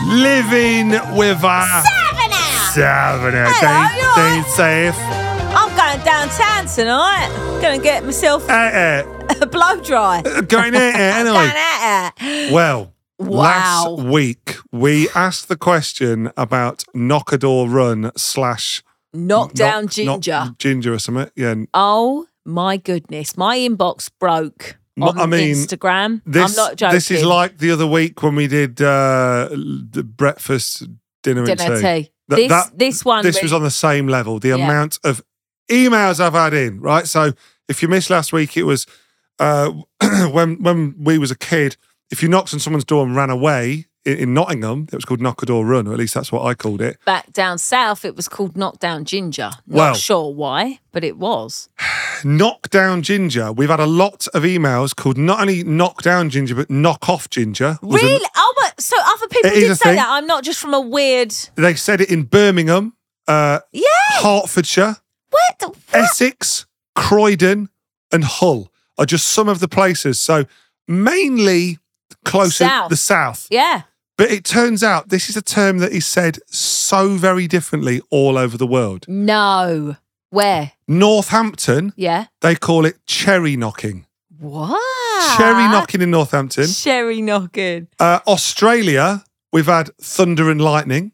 [SPEAKER 1] Living with a Savannah.
[SPEAKER 2] Hello, you
[SPEAKER 1] They,
[SPEAKER 2] alright?
[SPEAKER 1] they safe.
[SPEAKER 2] I'm going downtown tonight. Going to get myself
[SPEAKER 1] Eh,
[SPEAKER 2] a blow dry.
[SPEAKER 1] eh. Going eh, eh,
[SPEAKER 2] Going
[SPEAKER 1] anyway.
[SPEAKER 2] out there.
[SPEAKER 1] Well, last
[SPEAKER 2] Wow.
[SPEAKER 1] week we asked the question about knock a door run slash
[SPEAKER 2] Knock down
[SPEAKER 1] knock- knock
[SPEAKER 2] ginger.
[SPEAKER 1] ginger or something. Yeah,
[SPEAKER 2] Oh my goodness. My inbox broke
[SPEAKER 1] Mo-
[SPEAKER 2] on
[SPEAKER 1] I mean,
[SPEAKER 2] Instagram.
[SPEAKER 1] This,
[SPEAKER 2] I'm not joking.
[SPEAKER 1] This is like the other week when we did uh, the breakfast, dinner,
[SPEAKER 2] dinner
[SPEAKER 1] and
[SPEAKER 2] tea.
[SPEAKER 1] tea. That-
[SPEAKER 2] this,
[SPEAKER 1] that-
[SPEAKER 2] this one.
[SPEAKER 1] This was on the same level. The
[SPEAKER 2] Yeah.
[SPEAKER 1] amount of emails I've had in, right? So if you missed last week, it was uh, when when we was a kid. If you knocked on someone's door and ran away in, in Nottingham, it was called knock a door run, or at least that's what I called it.
[SPEAKER 2] back down south, it was called Knock Down Ginger. Not
[SPEAKER 1] Well-
[SPEAKER 2] sure why, but it was.
[SPEAKER 1] Knock down ginger. We've had a lot of emails called not only knock down ginger but knock off ginger. was a-
[SPEAKER 2] Really? oh, but so other people
[SPEAKER 1] It is
[SPEAKER 2] did
[SPEAKER 1] a
[SPEAKER 2] say
[SPEAKER 1] thing.
[SPEAKER 2] that. I'm not just from a weird.
[SPEAKER 1] they said it in Birmingham, uh,
[SPEAKER 2] Yeah.
[SPEAKER 1] Hertfordshire.
[SPEAKER 2] What? the-
[SPEAKER 1] Eh.
[SPEAKER 2] what?
[SPEAKER 1] Essex, Croydon, and Hull are just some of the places. So mainly closer
[SPEAKER 2] South.
[SPEAKER 1] the south.
[SPEAKER 2] Yeah.
[SPEAKER 1] But it turns out this is a term that is said so very differently all over the world.
[SPEAKER 2] No. Where?
[SPEAKER 1] Northampton,
[SPEAKER 2] Yeah.
[SPEAKER 1] they call it cherry knocking.
[SPEAKER 2] What?
[SPEAKER 1] Cherry knocking in Northampton.
[SPEAKER 2] Cherry knocking.
[SPEAKER 1] Uh, Australia, we've had thunder and lightning.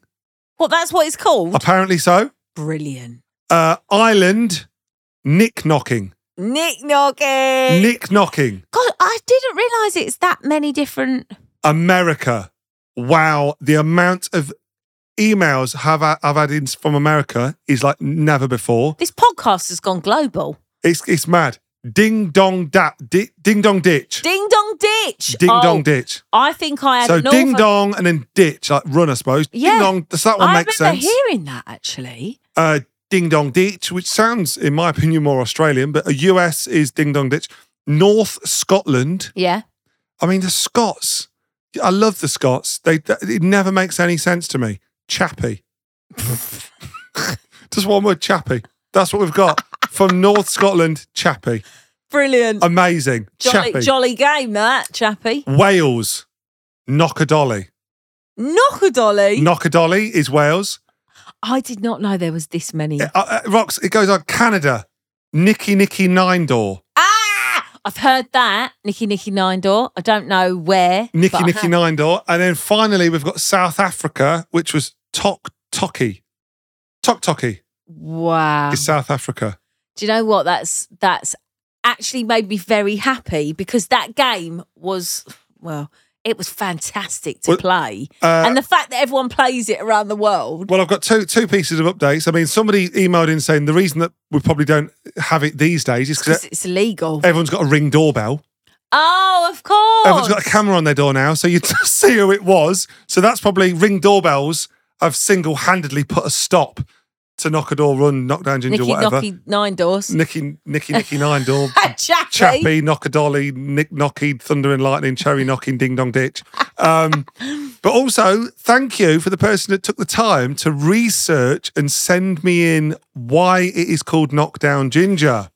[SPEAKER 2] What? That's what it's called.
[SPEAKER 1] Apparently so.
[SPEAKER 2] Brilliant.
[SPEAKER 1] Uh, Ireland, nick knocking.
[SPEAKER 2] Nick knocking.
[SPEAKER 1] Nick knocking.
[SPEAKER 2] God, I didn't realise it's that many different.
[SPEAKER 1] America. Wow, the amount of emails have I, I've had in from America is like never before.
[SPEAKER 2] This podcast has gone global.
[SPEAKER 1] It's it's mad. Ding dong da, di, ding dong ditch,
[SPEAKER 2] Ding dong ditch.
[SPEAKER 1] ding
[SPEAKER 2] Oh,
[SPEAKER 1] dong ditch.
[SPEAKER 2] I think I had
[SPEAKER 1] So
[SPEAKER 2] an
[SPEAKER 1] ding
[SPEAKER 2] awful-
[SPEAKER 1] dong and then ditch, like run, I suppose.
[SPEAKER 2] Yeah.
[SPEAKER 1] Ding dong. Does that one
[SPEAKER 2] I
[SPEAKER 1] make
[SPEAKER 2] remember
[SPEAKER 1] sense?
[SPEAKER 2] hearing that actually.
[SPEAKER 1] Uh, ding dong ditch, which sounds, in my opinion, more Australian, but a US is ding dong ditch. North Scotland.
[SPEAKER 2] Yeah.
[SPEAKER 1] I mean, the Scots. I love the Scots. They it never makes any sense to me. Chappy. Just one word, chappy. That's what we've got from North Scotland. Chappy,
[SPEAKER 2] Brilliant.
[SPEAKER 1] amazing.
[SPEAKER 2] jolly,
[SPEAKER 1] chappy.
[SPEAKER 2] jolly game that, Chappy.
[SPEAKER 1] Wales. Knock a dolly.
[SPEAKER 2] Knock a dolly.
[SPEAKER 1] Knock a dolly is Wales.
[SPEAKER 2] I did not know there was this many.
[SPEAKER 1] Uh, uh, rocks. It goes on Canada. Nicky Nicky Nine Door.
[SPEAKER 2] Ah! I've heard that. Nicky Nicky Nine Door. I don't know where. but
[SPEAKER 1] Nicky
[SPEAKER 2] I
[SPEAKER 1] Nicky
[SPEAKER 2] have.
[SPEAKER 1] Nine Door. And then finally, we've got South Africa, which was Tok Toki. Tok Toki
[SPEAKER 2] Wow.
[SPEAKER 1] is South Africa.
[SPEAKER 2] Do you know what? That's that's actually made me very happy because that game was well, it was fantastic to
[SPEAKER 1] Well,
[SPEAKER 2] play,
[SPEAKER 1] uh,
[SPEAKER 2] and the fact that everyone plays it around the world.
[SPEAKER 1] Well, I've got two two pieces of updates. I mean, somebody emailed in saying the reason that we probably don't have it these days is
[SPEAKER 2] Because
[SPEAKER 1] because
[SPEAKER 2] it's illegal.
[SPEAKER 1] everyone's got a ring doorbell.
[SPEAKER 2] oh, of course.
[SPEAKER 1] Everyone's got a camera on their door now, so you just see who it was. So that's probably ring doorbells. I've single handedly put a stop to knock a door, run, knock down ginger,
[SPEAKER 2] Nicky
[SPEAKER 1] whatever. Mm.
[SPEAKER 2] Knocky Nine Doors.
[SPEAKER 1] Nicky, Nicky, Nicky nine door.
[SPEAKER 2] Jackie.
[SPEAKER 1] Chappy, knock a dolly, nick knocky, thunder and lightning, cherry knocking, ding dong ditch. Um, but also, thank you for the person that took the time to research and send me in why it is called knockdown ginger.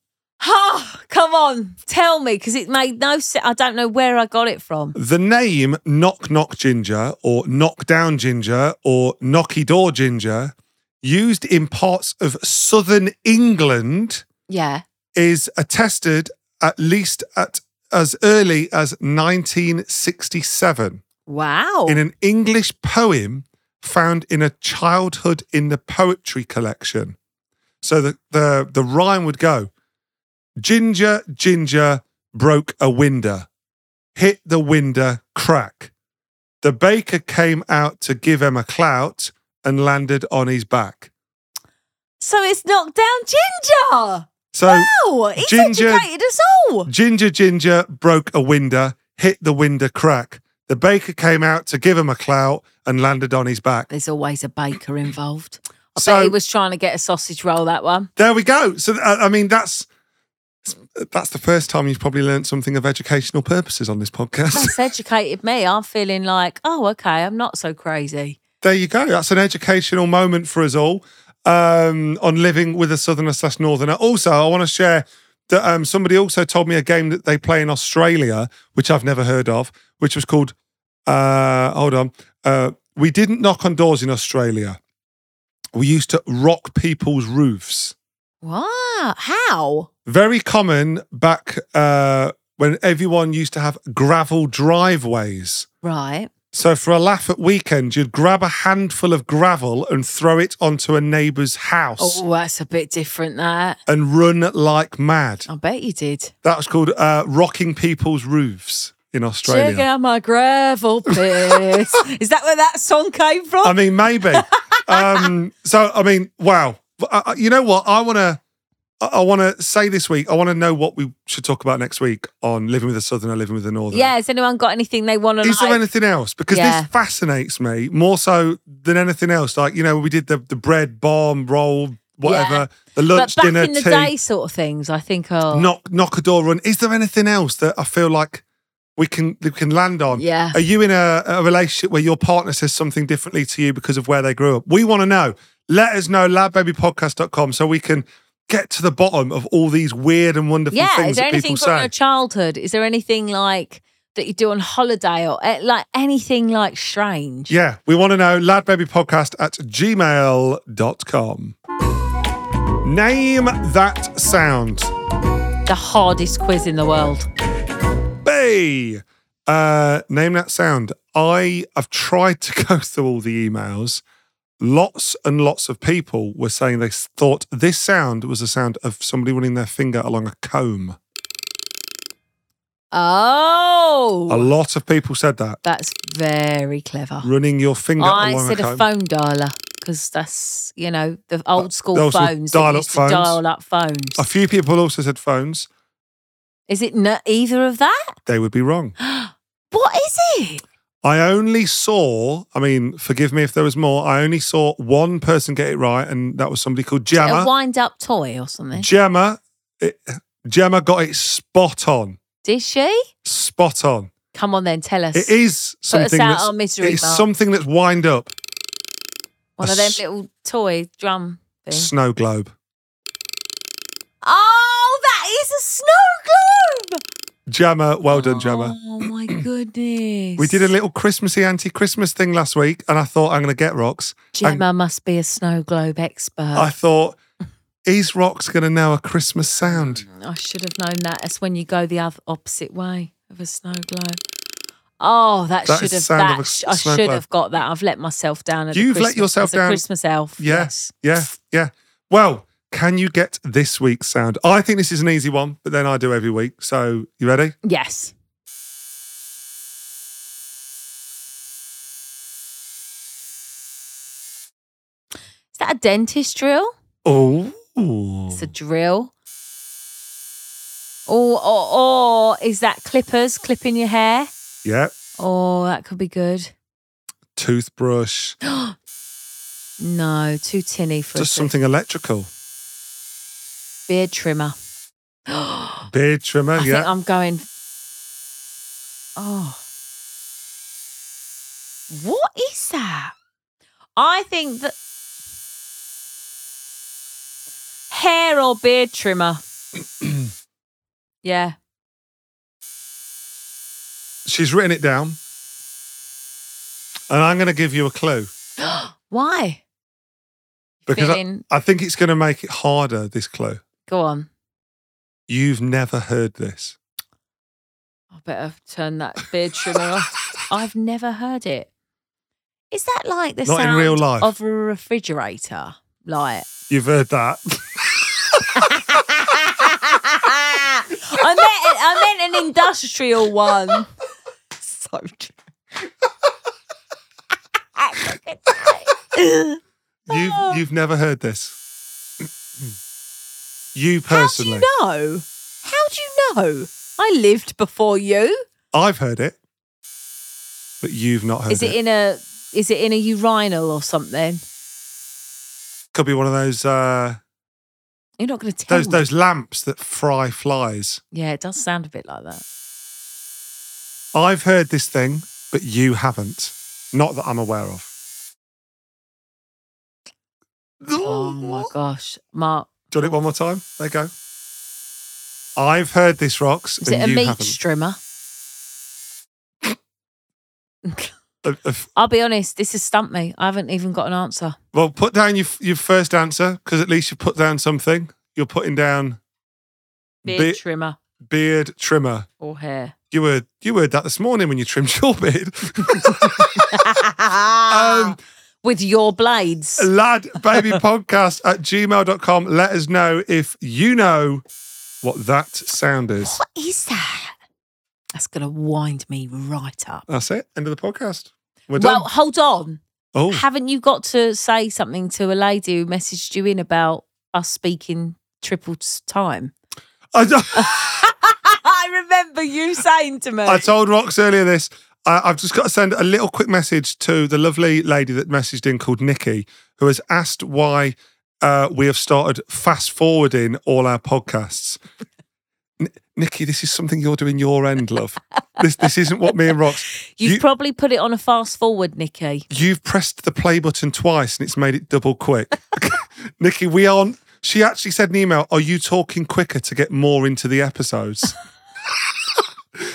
[SPEAKER 2] Oh, come on, tell me because it made no sense. I don't know where I got it from.
[SPEAKER 1] The name knock knock ginger or knockdown ginger or knocky door ginger, used in parts of southern England,
[SPEAKER 2] Yeah.
[SPEAKER 1] is attested at least at as early as 1967.
[SPEAKER 2] Wow.
[SPEAKER 1] in an English poem found in a childhood in the poetry collection. So the, the, the rhyme would go Ginger, ginger, broke a window, hit the window, crack. The baker came out to give him a clout and landed on his back.
[SPEAKER 2] so it's knocked down Ginger.
[SPEAKER 1] So
[SPEAKER 2] Oh, he's
[SPEAKER 1] Ginger-
[SPEAKER 2] educated us all.
[SPEAKER 1] Ginger, ginger, broke a window, hit the window, crack. The baker came out to give him a clout and landed on his back.
[SPEAKER 2] There's always a baker involved. I
[SPEAKER 1] So-
[SPEAKER 2] bet he was trying to get a sausage roll. That one.
[SPEAKER 1] There we go. So uh, I mean, that's that's the first time you've probably learned something of educational purposes on this podcast.
[SPEAKER 2] That's educated me. I'm feeling like, oh, okay, I'm not so crazy.
[SPEAKER 1] there you go. That's an educational moment for us all um, on living with a southerner slash northerner. Also, I want to share that um, somebody also told me a game that they play in Australia, which I've never heard of, which was called. Uh, hold on. Uh, we didn't knock on doors in Australia. We used to rock people's roofs.
[SPEAKER 2] Wow. How?
[SPEAKER 1] very common back uh, when everyone used to have gravel driveways.
[SPEAKER 2] Right.
[SPEAKER 1] So for a laugh at weekend, you'd grab a handful of gravel and throw it onto a neighbour's house
[SPEAKER 2] Oh, that's a bit different. That
[SPEAKER 1] and run like mad.
[SPEAKER 2] I bet you did.
[SPEAKER 1] That was called uh, rocking people's roofs in Australia.
[SPEAKER 2] Check out my gravel pit. Is that where that song came from?
[SPEAKER 1] I mean, maybe. um, so, I mean, wow. But, uh, uh, you know what? I want to. I want to say this week. I want to know what we should talk about next week on living with a southerner, living with a northerner.
[SPEAKER 2] yeah. Has anyone got anything they want to?
[SPEAKER 1] Is there anything else? Because
[SPEAKER 2] Yeah.
[SPEAKER 1] this fascinates me more so than anything else. Like, you know, we did the, the bread, bomb, roll, whatever, the
[SPEAKER 2] but
[SPEAKER 1] lunch,
[SPEAKER 2] back
[SPEAKER 1] dinner,
[SPEAKER 2] in the
[SPEAKER 1] tea,
[SPEAKER 2] day, sort of things. I think. Oh,
[SPEAKER 1] knock, knock a door run. Is there anything else that I feel like we can we can land on?
[SPEAKER 2] Yeah.
[SPEAKER 1] Are you in a, a relationship where your partner says something differently to you because of where they grew up? We want to know. Let us know, labbabypodcast.com, so we can get to the bottom of all these weird and wonderful
[SPEAKER 2] yeah.
[SPEAKER 1] things
[SPEAKER 2] Is there
[SPEAKER 1] that
[SPEAKER 2] anything
[SPEAKER 1] people
[SPEAKER 2] from
[SPEAKER 1] say.
[SPEAKER 2] your childhood? Is there anything like that you do on holiday or eh, like anything like strange?
[SPEAKER 1] Yeah, we want to know ladbabypodcast at gmail.com. Name that sound.
[SPEAKER 2] The hardest quiz in the world.
[SPEAKER 1] B. Uh, name that sound. I have tried to go through all the emails. Lots and lots of people were saying they thought this sound was the sound of somebody running their finger along a comb.
[SPEAKER 2] Oh,
[SPEAKER 1] A lot of people said that.
[SPEAKER 2] that's very clever.
[SPEAKER 1] Running your finger
[SPEAKER 2] I
[SPEAKER 1] along
[SPEAKER 2] said
[SPEAKER 1] a
[SPEAKER 2] a,
[SPEAKER 1] comb.
[SPEAKER 2] phone dialer because that's you know the old school
[SPEAKER 1] Uh, those were
[SPEAKER 2] phones. that
[SPEAKER 1] dial-up
[SPEAKER 2] used to
[SPEAKER 1] phones.
[SPEAKER 2] Dial-up phones.
[SPEAKER 1] a few people also said phones.
[SPEAKER 2] Is it not either of that?
[SPEAKER 1] They would be wrong.
[SPEAKER 2] What is it?
[SPEAKER 1] I only saw, I mean, forgive me if there was more, I only saw one person get it right, and that was somebody called
[SPEAKER 2] A
[SPEAKER 1] Gemma.
[SPEAKER 2] wind-up toy or something?
[SPEAKER 1] Gemma, it, Gemma got it spot on.
[SPEAKER 2] Did she?
[SPEAKER 1] Spot on.
[SPEAKER 2] Come on then, tell us.
[SPEAKER 1] It is
[SPEAKER 2] Put us
[SPEAKER 1] something
[SPEAKER 2] out
[SPEAKER 1] that's,
[SPEAKER 2] our misery,
[SPEAKER 1] it's
[SPEAKER 2] Mark.
[SPEAKER 1] something that's wind up.
[SPEAKER 2] One
[SPEAKER 1] a
[SPEAKER 2] of them
[SPEAKER 1] s-
[SPEAKER 2] little toy drum things.
[SPEAKER 1] Snow globe.
[SPEAKER 2] Oh, that is a snow globe!
[SPEAKER 1] Gemma, well done, Gemma.
[SPEAKER 2] Oh my goodness.
[SPEAKER 1] We did a little Christmassy anti Christmas thing last week, and I thought I'm going to get rocks. and-
[SPEAKER 2] Gemma must be a snow globe expert.
[SPEAKER 1] I
[SPEAKER 2] I,
[SPEAKER 1] thought, is rocks going to know a Christmas sound?
[SPEAKER 2] should have known that. It's when you go the other opposite way of a snow globe. Oh, that,
[SPEAKER 1] That
[SPEAKER 2] should
[SPEAKER 1] is
[SPEAKER 2] have.
[SPEAKER 1] sound of
[SPEAKER 2] That
[SPEAKER 1] a
[SPEAKER 2] sh- I
[SPEAKER 1] snow
[SPEAKER 2] should
[SPEAKER 1] globe.
[SPEAKER 2] have got that. I've let myself down. At a
[SPEAKER 1] You've let
[SPEAKER 2] Christmas-
[SPEAKER 1] yourself
[SPEAKER 2] as a
[SPEAKER 1] down.
[SPEAKER 2] Christmas elf.
[SPEAKER 1] Yeah.
[SPEAKER 2] Yes.
[SPEAKER 1] Yeah, yeah. Well, can you get this week's sound? I think this is an easy one, but then I do every week. So you ready?
[SPEAKER 2] Yes. Is that a dentist drill?
[SPEAKER 1] Oh,
[SPEAKER 2] It's a drill. Or, or, or oh, is that clippers clipping your hair?
[SPEAKER 1] yeah.
[SPEAKER 2] Oh, that could be good.
[SPEAKER 1] Toothbrush.
[SPEAKER 2] No, too tinny for
[SPEAKER 1] Just
[SPEAKER 2] a
[SPEAKER 1] something electrical.
[SPEAKER 2] beard trimmer.
[SPEAKER 1] Beard trimmer.
[SPEAKER 2] I
[SPEAKER 1] Oh, yeah.
[SPEAKER 2] think I'm going. Oh, what is that? I think that hair or beard trimmer. yeah,
[SPEAKER 1] She's written it down. And I'm going to give you a clue
[SPEAKER 2] why?
[SPEAKER 1] because I,
[SPEAKER 2] Fitting.
[SPEAKER 1] I think it's going to make it harder. This clue.
[SPEAKER 2] Go on.
[SPEAKER 1] You've never heard this.
[SPEAKER 2] I better turn that beard trimmer off. I've never heard it. Is that like the
[SPEAKER 1] Not in
[SPEAKER 2] sound
[SPEAKER 1] real life.
[SPEAKER 2] of a refrigerator? Like
[SPEAKER 1] You've heard that.
[SPEAKER 2] I meant I meant an industrial one. So true.
[SPEAKER 1] you've you've never heard this. you
[SPEAKER 2] How do
[SPEAKER 1] personally.
[SPEAKER 2] you know? How do you know? I lived before you.
[SPEAKER 1] I've heard it, but you've not heard
[SPEAKER 2] Is it
[SPEAKER 1] it.
[SPEAKER 2] in a is it in a urinal or something?
[SPEAKER 1] Could be one of those uh,
[SPEAKER 2] You're not going to tell
[SPEAKER 1] those
[SPEAKER 2] me.
[SPEAKER 1] those lamps that fry flies.
[SPEAKER 2] Yeah, it does sound a bit like that.
[SPEAKER 1] I've heard this thing, but you haven't. Not that I'm aware of.
[SPEAKER 2] Oh my gosh, Mark,
[SPEAKER 1] Do you want it one more time? There you go. I've heard this, Rox,
[SPEAKER 2] is
[SPEAKER 1] and
[SPEAKER 2] it a
[SPEAKER 1] you
[SPEAKER 2] meat
[SPEAKER 1] haven't.
[SPEAKER 2] trimmer?
[SPEAKER 1] Uh, uh, f-
[SPEAKER 2] I'll be honest, this has stumped me. I haven't even got an answer.
[SPEAKER 1] well, put down your f- your first answer because at least you put down something. You're putting down
[SPEAKER 2] Beard
[SPEAKER 1] Be-
[SPEAKER 2] trimmer
[SPEAKER 1] beard trimmer.
[SPEAKER 2] or hair.
[SPEAKER 1] You were you were that this morning when you trimmed your beard. Um,
[SPEAKER 2] With your blades.
[SPEAKER 1] ladbabypodcast at gmail.com. Let us know if you know what that sound is.
[SPEAKER 2] What is that? That's going to wind me right up.
[SPEAKER 1] That's it. End of the podcast. We're done.
[SPEAKER 2] Well, hold on.
[SPEAKER 1] oh,
[SPEAKER 2] Haven't you got to say something to a lady who messaged you in about us speaking triple s- time?
[SPEAKER 1] I, don't-
[SPEAKER 2] I remember you saying to me.
[SPEAKER 1] I told Rox earlier this. I, I've just got to send a little quick message to the lovely lady that messaged in called Nikki, who has asked why uh, we have started fast forwarding all our podcasts. N- Nikki, this is something you're doing your end, love. this this isn't what me and Rox.
[SPEAKER 2] You've
[SPEAKER 1] you-
[SPEAKER 2] probably put it on a fast forward, Nikki.
[SPEAKER 1] You've pressed the play button twice and it's made it double quick. Nikki, we aren't. She actually said in an email, Are you talking quicker to get more into the episodes?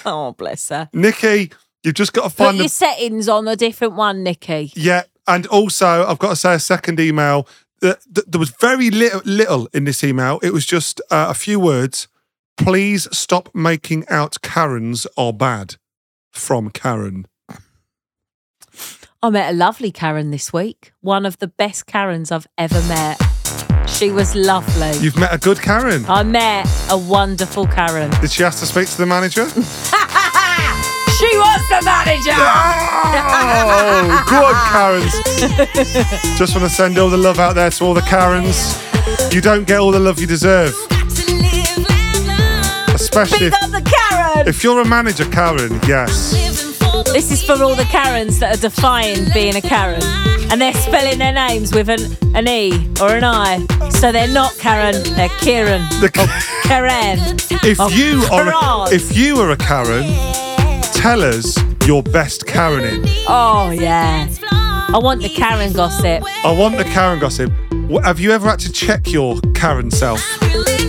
[SPEAKER 2] Oh, bless her.
[SPEAKER 1] Nikki, you've just got to
[SPEAKER 2] Put
[SPEAKER 1] find
[SPEAKER 2] your
[SPEAKER 1] the
[SPEAKER 2] settings on a different one, Nikki.
[SPEAKER 1] Yeah, and also I've got to say a second email. That, that there was very little, little in this email. It was just uh, a few words. Please stop making out Karens are bad. From Karen.
[SPEAKER 2] I met a lovely Karen this week. One of the best Karens I've ever met. She was lovely.
[SPEAKER 1] You've met a good Karen.
[SPEAKER 2] I met a wonderful Karen.
[SPEAKER 1] Did she ask to speak to the manager?
[SPEAKER 2] She was the manager.
[SPEAKER 1] oh, good Karens. Just want to send all the love out there to all the Karens. You don't get all the love you deserve, especially
[SPEAKER 2] Big
[SPEAKER 1] if,
[SPEAKER 2] up the Karen.
[SPEAKER 1] if you're a manager, Karen. Yes.
[SPEAKER 2] This is for all the Karens that are defying being a Karen. And they're spelling their names with an, an E or an I. So they're not Karen, they're Kieran.
[SPEAKER 1] The-
[SPEAKER 2] Karen.
[SPEAKER 1] If you are,
[SPEAKER 2] Karen.
[SPEAKER 1] a, if you are a Karen, tell us your best Karening.
[SPEAKER 2] Oh, yeah. I want the Karen gossip.
[SPEAKER 1] I want the Karen gossip. Wh- Have you ever had to check your Karen self?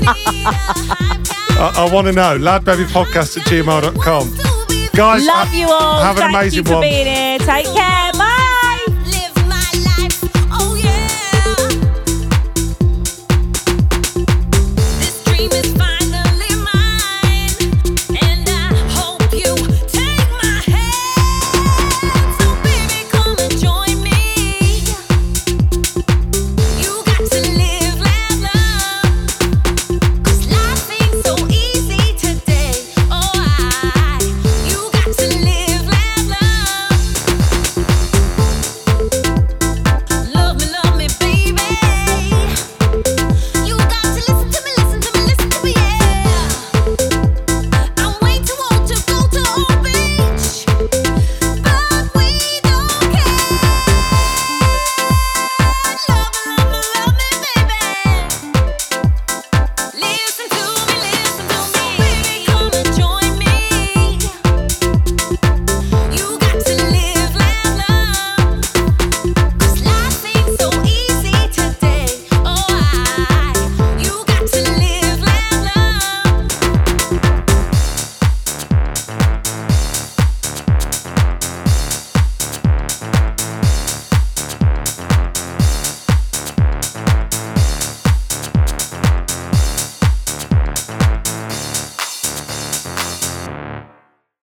[SPEAKER 1] I, I want to know. Ladbabypodcast at gmail.com. Guys,
[SPEAKER 2] Love
[SPEAKER 1] ha-
[SPEAKER 2] you all.
[SPEAKER 1] Have an
[SPEAKER 2] Thank
[SPEAKER 1] amazing
[SPEAKER 2] you for
[SPEAKER 1] one.
[SPEAKER 2] being here. Take care. Bye.